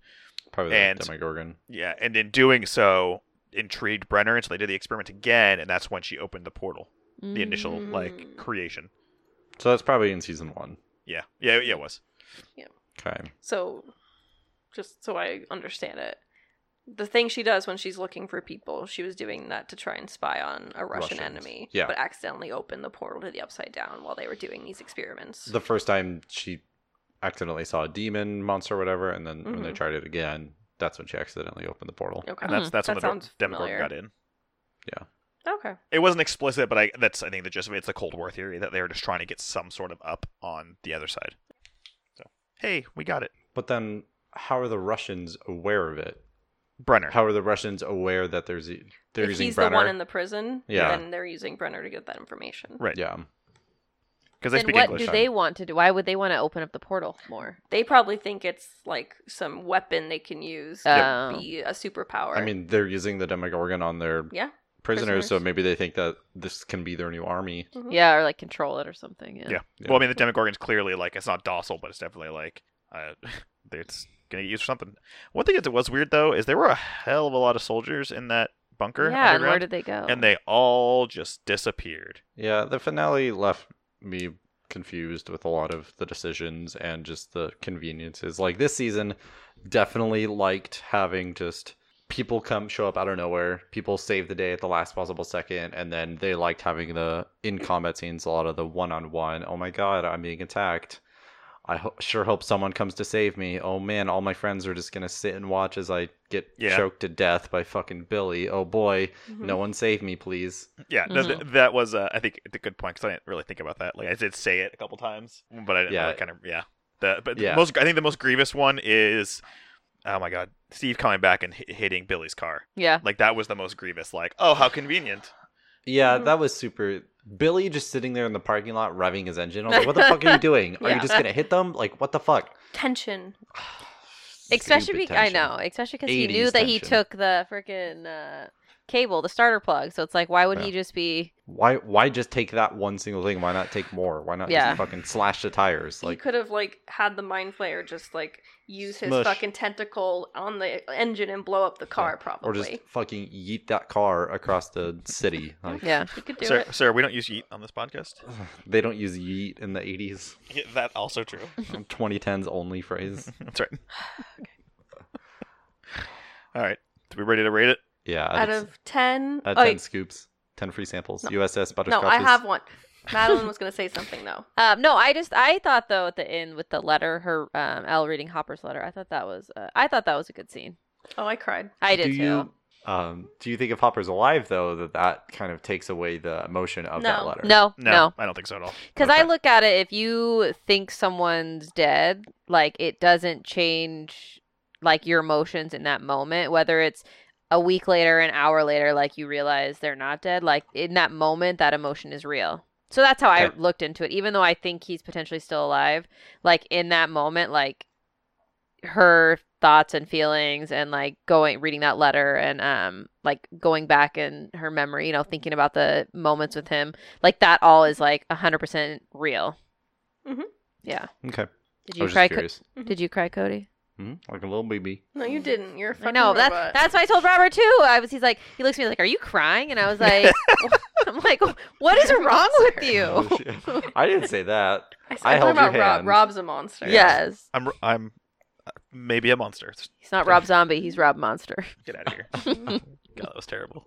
Speaker 1: Probably
Speaker 3: And-
Speaker 1: the Demogorgon.
Speaker 3: Yeah, and in doing so, intrigued Brenner, and so they did the experiment again, and that's when she opened the portal, the initial like
Speaker 2: Mm.
Speaker 3: creation.
Speaker 1: So that's probably in season one.
Speaker 3: Yeah, yeah, yeah, it was.
Speaker 1: Okay.
Speaker 2: So, just so I understand it, the thing she does when she's looking for people, she was doing that to try and spy on a Russian
Speaker 1: Russians.
Speaker 2: enemy,
Speaker 1: Yeah.
Speaker 2: but accidentally opened the portal to the Upside Down while they were doing these experiments.
Speaker 1: The first time she accidentally saw a demon monster, or whatever, and then when they
Speaker 2: Mhm.
Speaker 1: tried it again, that's when she accidentally opened the portal.
Speaker 2: okay,
Speaker 3: And that's
Speaker 4: Mm-hmm.
Speaker 3: that's
Speaker 2: That
Speaker 3: when the
Speaker 2: sounds
Speaker 3: Dem- Demogorgon
Speaker 2: familiar.
Speaker 3: got in.
Speaker 2: okay,
Speaker 3: it wasn't explicit, but I that's I think the gist of it. It's a Cold War theory that they were just trying to get some sort of up on the other side. So hey, we got it.
Speaker 1: But then, how are the Russians aware of it?
Speaker 3: Brenner.
Speaker 1: How are the Russians aware that there's a, they're
Speaker 2: if
Speaker 1: using
Speaker 2: he's
Speaker 1: Brenner?
Speaker 2: the one in the prison,
Speaker 1: Yeah.
Speaker 2: then they're using Brenner to get that information.
Speaker 3: Right.
Speaker 1: yeah,
Speaker 3: Because they
Speaker 4: Mm. Then
Speaker 3: speak
Speaker 4: what
Speaker 3: English.
Speaker 4: do they want to do? Why would they want to open up the portal more?
Speaker 2: They probably think it's like some weapon they can use to
Speaker 4: Oh.
Speaker 2: be a superpower.
Speaker 1: I mean they're using the Demogorgon on their
Speaker 2: yeah,
Speaker 1: prisoners,
Speaker 2: Prisoners.
Speaker 1: so maybe they think that this can be their new army.
Speaker 2: mhm.
Speaker 4: Yeah, or like control it or something. Yeah.
Speaker 3: Yeah. Well, I mean the Demogorgon's clearly like it's not docile, but it's definitely like uh, it's gonna get used for something. One thing that was weird though is there were a hell of a lot of soldiers in that bunker.
Speaker 4: yeah, and
Speaker 3: underground,
Speaker 4: where did they go?
Speaker 3: and they all just disappeared.
Speaker 1: Yeah, the finale left me confused with a lot of the decisions and just the conveniences. Like this season definitely liked having just people come show up out of nowhere, people save the day at the last possible second, and then they liked having the in combat scenes, a lot of the one on one. Oh my god, I'm being attacked. I ho- sure hope someone comes to save me. Oh man, all my friends are just gonna sit and watch as I get
Speaker 3: Yeah.
Speaker 1: choked to death by fucking Billy. Oh boy,
Speaker 2: Mhm.
Speaker 1: no one save me, please.
Speaker 3: Yeah, no, th- that was uh, I think a good point because I didn't really think about that. Like I did say it a couple times, but I didn't
Speaker 1: Yeah.
Speaker 3: really kind of yeah. The but
Speaker 1: Yeah.
Speaker 3: the most I think the most grievous one is oh my god, Steve coming back and hi- hitting Billy's car.
Speaker 4: yeah.
Speaker 3: Like that was the most grievous. Like oh how convenient.
Speaker 1: Yeah,
Speaker 2: Mhm.
Speaker 1: that was super. Billy just sitting there in the parking lot revving his engine. I was like, what the fuck are you doing? Are
Speaker 4: Yeah.
Speaker 1: you just going to hit them? Like, what the fuck?
Speaker 2: Tension.
Speaker 4: Especially
Speaker 1: Stupid
Speaker 4: because I
Speaker 1: tension.
Speaker 4: know, especially because he
Speaker 1: 80s
Speaker 4: knew that he
Speaker 1: tension.
Speaker 4: took the freaking uh, cable, the starter plug. So it's like, why would he just be?
Speaker 1: Why why just take that one single thing? Why not take more? Why not
Speaker 4: Yeah.
Speaker 1: just fucking slash the tires?
Speaker 2: he
Speaker 1: Like,
Speaker 2: could have like had the mind flayer just like use his
Speaker 1: Smush.
Speaker 2: fucking tentacle on the engine and blow up the car, probably.
Speaker 1: or just fucking yeet that car across the city. Like,
Speaker 4: Yeah,
Speaker 2: he could do
Speaker 3: Sir,
Speaker 2: it.
Speaker 3: sir, we don't use yeet on this podcast.
Speaker 1: They don't use yeet in the 80s.
Speaker 3: Yeah, that also true.
Speaker 1: 2010s only phrase.
Speaker 3: That's right. All right, so we ready to rate it?
Speaker 1: Yeah.
Speaker 2: Out
Speaker 1: it's-
Speaker 2: of ten,
Speaker 1: uh,
Speaker 2: oh,
Speaker 1: 10 scoops, 10 free samples,
Speaker 2: No.
Speaker 1: USS
Speaker 2: no,
Speaker 1: Butterscotches.
Speaker 2: I have one. Madeline was gonna say something though.
Speaker 4: Um, no, I just I thought though at the end with the letter, her um, L reading Hopper's letter, I thought that was uh, I thought that was a good scene.
Speaker 2: Oh, I cried.
Speaker 4: I did
Speaker 1: do
Speaker 4: too.
Speaker 1: you um do you think if Hopper's alive though that that kind of takes away the emotion of that
Speaker 2: No.
Speaker 1: letter?
Speaker 4: No, no,
Speaker 3: I don't think so at all.
Speaker 4: because I
Speaker 3: Okay.
Speaker 4: look at it. If you think someone's dead, like it doesn't change like your emotions in that moment, whether it's a week later, an hour later, like you realize they're not dead. Like in that moment, that emotion is real. So that's how I
Speaker 1: Okay.
Speaker 4: looked into it. Even though I think he's potentially still alive, like in that moment, like her thoughts and feelings and like going reading that letter and um like going back in her memory you know thinking about the moments with him like that all is like 100% real
Speaker 2: Mhm.
Speaker 4: yeah
Speaker 1: Okay.
Speaker 4: Mm-hmm.
Speaker 1: I
Speaker 4: did you
Speaker 1: was
Speaker 4: cry
Speaker 1: just
Speaker 4: Co-
Speaker 1: curious.
Speaker 4: did you cry cody
Speaker 1: Hmm? Like a little baby.
Speaker 2: No, you didn't. You're a
Speaker 4: i
Speaker 2: fucking
Speaker 4: know
Speaker 2: robot.
Speaker 4: that's that's why i told robert too i was he's like he looks at me like are you crying and i was like i'm like what is wrong with
Speaker 1: Oh,
Speaker 4: you
Speaker 1: shit. I didn't say that.
Speaker 2: I,
Speaker 1: I
Speaker 2: am
Speaker 1: held
Speaker 2: talking
Speaker 1: your
Speaker 2: about Rob.
Speaker 1: hand.
Speaker 2: Rob's a monster.
Speaker 4: yes
Speaker 3: I'm r- I'm uh, maybe a monster.
Speaker 4: he's not rob zombie he's rob monster
Speaker 3: Get out of here. God, that was terrible.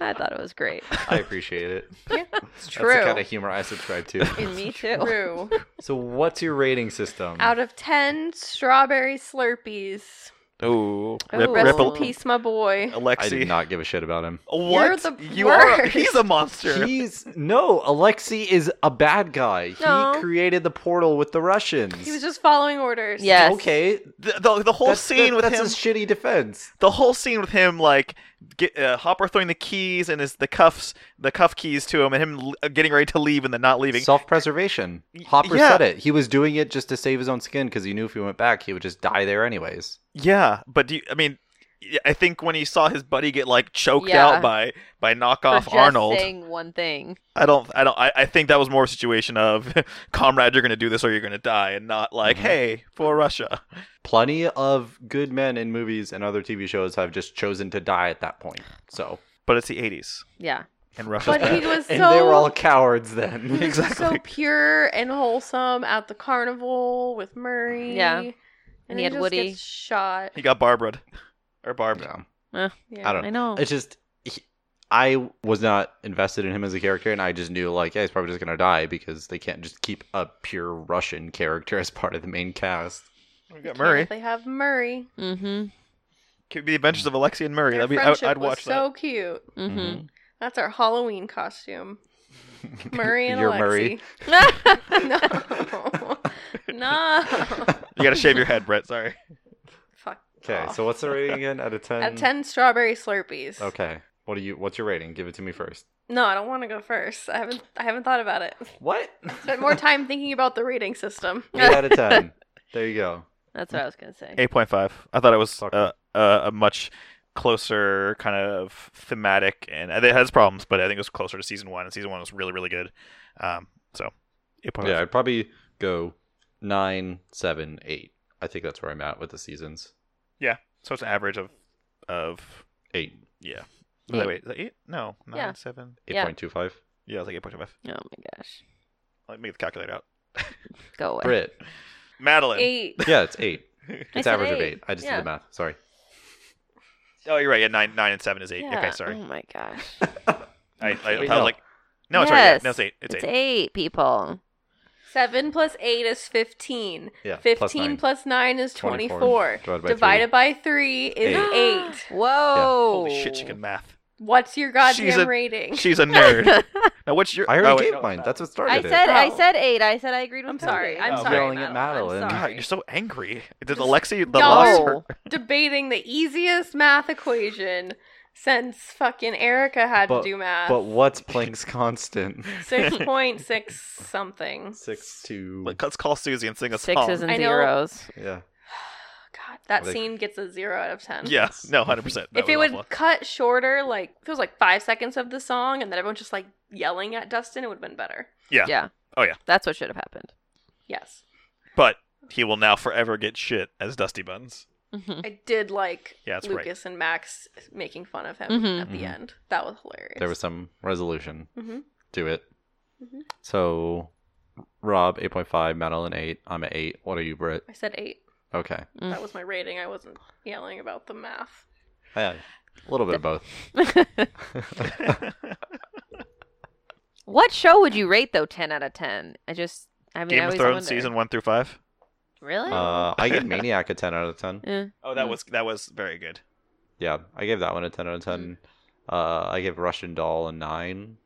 Speaker 4: i thought it was great
Speaker 1: I appreciate it.
Speaker 2: it's
Speaker 1: That's
Speaker 2: true.
Speaker 1: the kind of humor I subscribe to.
Speaker 4: and me too
Speaker 2: True.
Speaker 1: so what's your rating system?
Speaker 2: Out of ten, strawberry Slurpees.
Speaker 3: Oh,
Speaker 4: Ooh.
Speaker 2: Rest
Speaker 4: Ripple.
Speaker 2: in peace, my boy.
Speaker 1: I
Speaker 3: Alexi.
Speaker 1: did not give a shit about him.
Speaker 3: What?
Speaker 2: You're the
Speaker 3: You are-
Speaker 2: worst.
Speaker 3: He's a monster.
Speaker 1: He's no, Alexei is a bad guy.
Speaker 4: No.
Speaker 1: He created the portal with the Russians.
Speaker 2: He was just following orders.
Speaker 4: yes
Speaker 1: Okay.
Speaker 3: the, the, the whole
Speaker 1: that's the-
Speaker 3: scene with
Speaker 1: that's
Speaker 3: him.
Speaker 1: his shitty defense.
Speaker 3: the whole scene with him, like get, uh, Hopper throwing the keys and his the cuffs, the cuff keys to him, and him l- getting ready to leave and then not leaving.
Speaker 1: Self preservation.
Speaker 3: Y-
Speaker 1: Hopper
Speaker 3: yeah.
Speaker 1: said it. He was doing it just to save his own skin because he knew if he went back, he would just die there anyways.
Speaker 3: yeah, but do you, I mean, y- I think when he saw his buddy get like choked
Speaker 4: Yeah.
Speaker 3: out by by
Speaker 4: for
Speaker 3: knockoff
Speaker 4: just
Speaker 3: Arnold,
Speaker 4: saying one thing
Speaker 3: I don't, I don't, I, I think that was more a situation of, comrade, you're gonna do this or you're gonna die, and not like,
Speaker 1: Mhm.
Speaker 3: hey, for Russia.
Speaker 1: Plenty of good men in movies and other TV shows have just chosen to die at that point. So,
Speaker 3: But it's the '80s,
Speaker 4: yeah
Speaker 3: and Russia's
Speaker 2: But
Speaker 3: bad.
Speaker 2: he was so
Speaker 1: and they were all cowards
Speaker 2: he was
Speaker 1: then.
Speaker 3: Exactly.
Speaker 2: so pure and wholesome at the carnival with Murray.
Speaker 4: Yeah.
Speaker 2: And,
Speaker 4: And he
Speaker 2: he
Speaker 4: had
Speaker 2: just
Speaker 4: Woody.
Speaker 2: gets shot.
Speaker 3: He got Barbara, or Barb.
Speaker 1: Yeah.
Speaker 2: Yeah.
Speaker 1: I don't
Speaker 4: i know
Speaker 1: It's just he- I was not invested in him as a character, and I just knew like, yeah, he's probably just gonna die because they can't just keep a pure Russian character as part of the main cast.
Speaker 3: We got
Speaker 2: Can't
Speaker 3: Murray.
Speaker 2: if They have Murray.
Speaker 4: mm-hmm
Speaker 3: Could be the Adventures of Alexi and Murray.
Speaker 2: Their
Speaker 3: That'd be, I,
Speaker 2: friendship
Speaker 3: I'd
Speaker 2: was
Speaker 3: watch that.
Speaker 2: so cute.
Speaker 4: mm-hmm
Speaker 2: That's our Halloween costume. Murray and
Speaker 1: You're
Speaker 2: Alexi.
Speaker 1: Murray.
Speaker 3: Mm-hmm.
Speaker 2: no. no.
Speaker 3: You gotta shave your head, Brett. Sorry.
Speaker 2: Fuck.
Speaker 1: Okay, so what's the rating again? Out of ten.
Speaker 3: Um,
Speaker 2: At 10 strawberry slurpees.
Speaker 1: Okay. What do you? What's your rating? Give it to me first.
Speaker 2: No, I don't want to go first. I haven't I haven't thought about it.
Speaker 1: What?
Speaker 2: Spent more time thinking about the rating system.
Speaker 1: Eight out of ten. There you go.
Speaker 4: That's what I was gonna say.
Speaker 3: Eight point five. I thought it was
Speaker 1: Okay.
Speaker 3: uh, uh, a much closer kind of thematic, and it has problems, but I think it was closer to season one, and season one was really, really good. Um, so eight point five.
Speaker 1: Yeah, I'd probably go nine, seven, eight. I think that's where I'm at with the seasons.
Speaker 3: So it's an average of of
Speaker 1: Eight.
Speaker 3: yeah. Wait,
Speaker 4: Eight.
Speaker 3: wait, is that eight? No, nine,
Speaker 4: Yeah.
Speaker 3: seven.
Speaker 4: Yeah.
Speaker 1: 8.25.
Speaker 3: Yeah, it was like eight point five.
Speaker 4: Oh my gosh.
Speaker 3: Let me get the calculator out.
Speaker 4: Go away.
Speaker 1: Brit.
Speaker 3: Madeline.
Speaker 2: Eight.
Speaker 1: Yeah, it's eight.
Speaker 4: I
Speaker 1: It's
Speaker 4: said
Speaker 1: average of
Speaker 4: eight.
Speaker 1: eight. I just
Speaker 4: Yeah.
Speaker 1: did the math. Sorry.
Speaker 3: Oh, you're right. Yeah, nine, nine and seven is eight.
Speaker 4: Yeah.
Speaker 3: Okay, sorry.
Speaker 2: Mm.
Speaker 4: Oh my gosh.
Speaker 3: I, I, I
Speaker 1: Wait,
Speaker 3: was
Speaker 1: no.
Speaker 3: like, no, it's right. Yeah,
Speaker 4: Yes.
Speaker 3: no, it's eight. It's,
Speaker 4: it's
Speaker 3: eight.
Speaker 4: eight people.
Speaker 2: Seven plus eight is fifteen.
Speaker 1: Yeah. plus
Speaker 2: Fifteen
Speaker 1: nine.
Speaker 2: plus nine is
Speaker 1: 24.
Speaker 2: twenty-four.
Speaker 1: Divided by
Speaker 2: Divided by three is
Speaker 1: Eight.
Speaker 2: eight.
Speaker 4: Whoa.
Speaker 3: Holy
Speaker 2: Oh.
Speaker 3: shit, she can math.
Speaker 2: What's your goddamn
Speaker 3: She's a-
Speaker 2: rating?
Speaker 3: She's a nerd. now, what's your?
Speaker 1: I already
Speaker 3: oh, wait,
Speaker 1: gave mine.
Speaker 3: no, Madeline.
Speaker 1: That's what started
Speaker 4: I
Speaker 1: it.
Speaker 4: said I
Speaker 2: Oh.
Speaker 4: said eight. I said I agreed with
Speaker 2: I'm sorry.
Speaker 4: Kelly.
Speaker 2: I'm
Speaker 3: Oh,
Speaker 2: sorry.
Speaker 1: yelling at
Speaker 2: Madeline.
Speaker 1: Madeline.
Speaker 2: I'm
Speaker 3: God,
Speaker 2: sorry.
Speaker 3: you're so angry. Did
Speaker 2: Just-
Speaker 3: Alexi the
Speaker 2: No.
Speaker 3: Oh. lost her?
Speaker 2: Debating the easiest math equation since fucking Erica had
Speaker 1: But-
Speaker 2: to do
Speaker 4: uh,
Speaker 2: math.
Speaker 1: But what's Planck's constant?
Speaker 2: Six point six something.
Speaker 1: Six two.
Speaker 3: Like, Let's call Susie and sing a song.
Speaker 4: Sixes and
Speaker 2: I know.
Speaker 4: zeros.
Speaker 1: yeah.
Speaker 2: God, that
Speaker 1: Like-
Speaker 2: scene gets a zero out of ten.
Speaker 3: Yeah, no, hundred percent.
Speaker 2: if it would cut shorter, like if it was like five seconds of the song, and then everyone's just like yelling at Dustin, it would have been better.
Speaker 3: Yeah. Oh, yeah.
Speaker 4: That's what should have happened.
Speaker 2: Yes,
Speaker 3: but he will now forever get shit as Dusty Buns.
Speaker 4: Mhm.
Speaker 2: I did like
Speaker 3: Yeah, that's right. Mm-hmm.
Speaker 2: Lucas and Max making fun of him
Speaker 4: Mhm.
Speaker 2: at the
Speaker 1: Mhm.
Speaker 2: end. That was hilarious.
Speaker 1: There was some resolution
Speaker 2: Mhm.
Speaker 1: to it.
Speaker 4: Mm-hmm.
Speaker 2: Mhm.
Speaker 1: So, Rob, 8.5. Madeline, 8. I'm at 8. What are you, Britt?
Speaker 2: I said eight.
Speaker 1: Okay.
Speaker 2: That was my rating. I wasn't yelling about the math.
Speaker 1: Yeah. A little bit of both.
Speaker 4: what show would you rate though? Ten out of ten. I just. I mean, I
Speaker 3: Game of
Speaker 4: always
Speaker 3: Thrones
Speaker 4: wonder.
Speaker 3: season one through five.
Speaker 4: Really?
Speaker 1: Uh, I gave Maniac a 10 out of 10.
Speaker 4: Yeah.
Speaker 3: Oh,
Speaker 4: that Mm.
Speaker 3: was that was very good.
Speaker 1: Yeah, I gave that one a 10 out of 10. Uh, I gave Russian Doll a 9.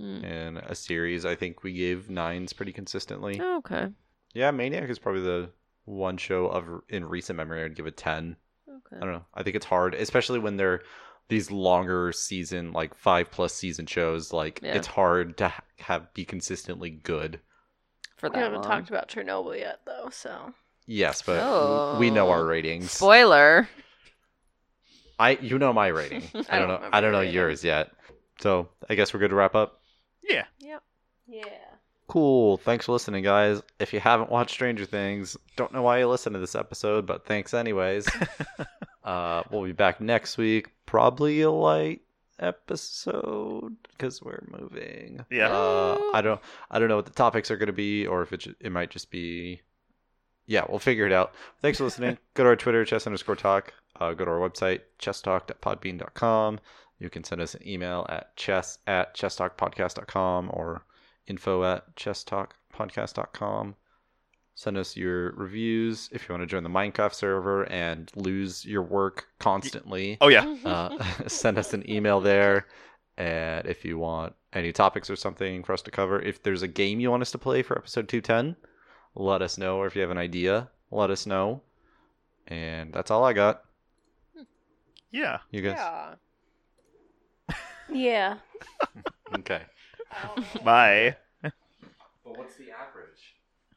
Speaker 4: Mm.
Speaker 1: And a series, I think we gave 9s pretty consistently.
Speaker 4: Okay.
Speaker 1: Yeah, Maniac is probably the one show of in recent memory I'd give a 10. I
Speaker 4: Okay.
Speaker 1: don't know. I think it's hard, especially when they're these longer season, like five plus season shows. Like
Speaker 4: Yeah.
Speaker 1: it's hard to ha- have be consistently good.
Speaker 4: For
Speaker 2: We
Speaker 4: that
Speaker 2: haven't
Speaker 4: long.
Speaker 2: talked about Chernobyl yet, though. So
Speaker 1: Yes, but w- we know our
Speaker 4: Oh.
Speaker 1: ratings.
Speaker 4: Spoiler.
Speaker 1: I you know my rating. I don't
Speaker 2: don't
Speaker 1: know.
Speaker 2: remember
Speaker 1: I don't know
Speaker 2: your rating.
Speaker 1: yours yet. So I guess we're good to wrap up.
Speaker 3: Yeah,
Speaker 2: yeah,
Speaker 1: Cool. Thanks for listening, guys. If you haven't watched Stranger Things, don't know why you listened to this episode, but thanks anyways. uh, we'll be back next week, probably a light episode because we're moving.
Speaker 3: Yeah.
Speaker 1: Uh, I don't. I don't know what the topics are going to be, or if it ju- it might just be. Yeah, we'll figure it out. Thanks for listening. go to our Twitter, chess underscore talk. Uh, go to our website, chesstalk.podbean.com. You can send us an email at chess at chesstalkpodcast.com or info at chesstalkpodcast.com. Send us your reviews if you want to join the Minecraft server and lose your work constantly.
Speaker 3: Oh yeah.
Speaker 1: Uh, send us an email there. And if you want any topics or something for us to cover, if there's a game you want us to play for episode 210, let us know. Or if you have an idea, let us know. And that's all I got.
Speaker 3: Yeah.
Speaker 1: You guys?
Speaker 4: Yeah.
Speaker 2: yeah.
Speaker 1: Okay.
Speaker 3: Bye.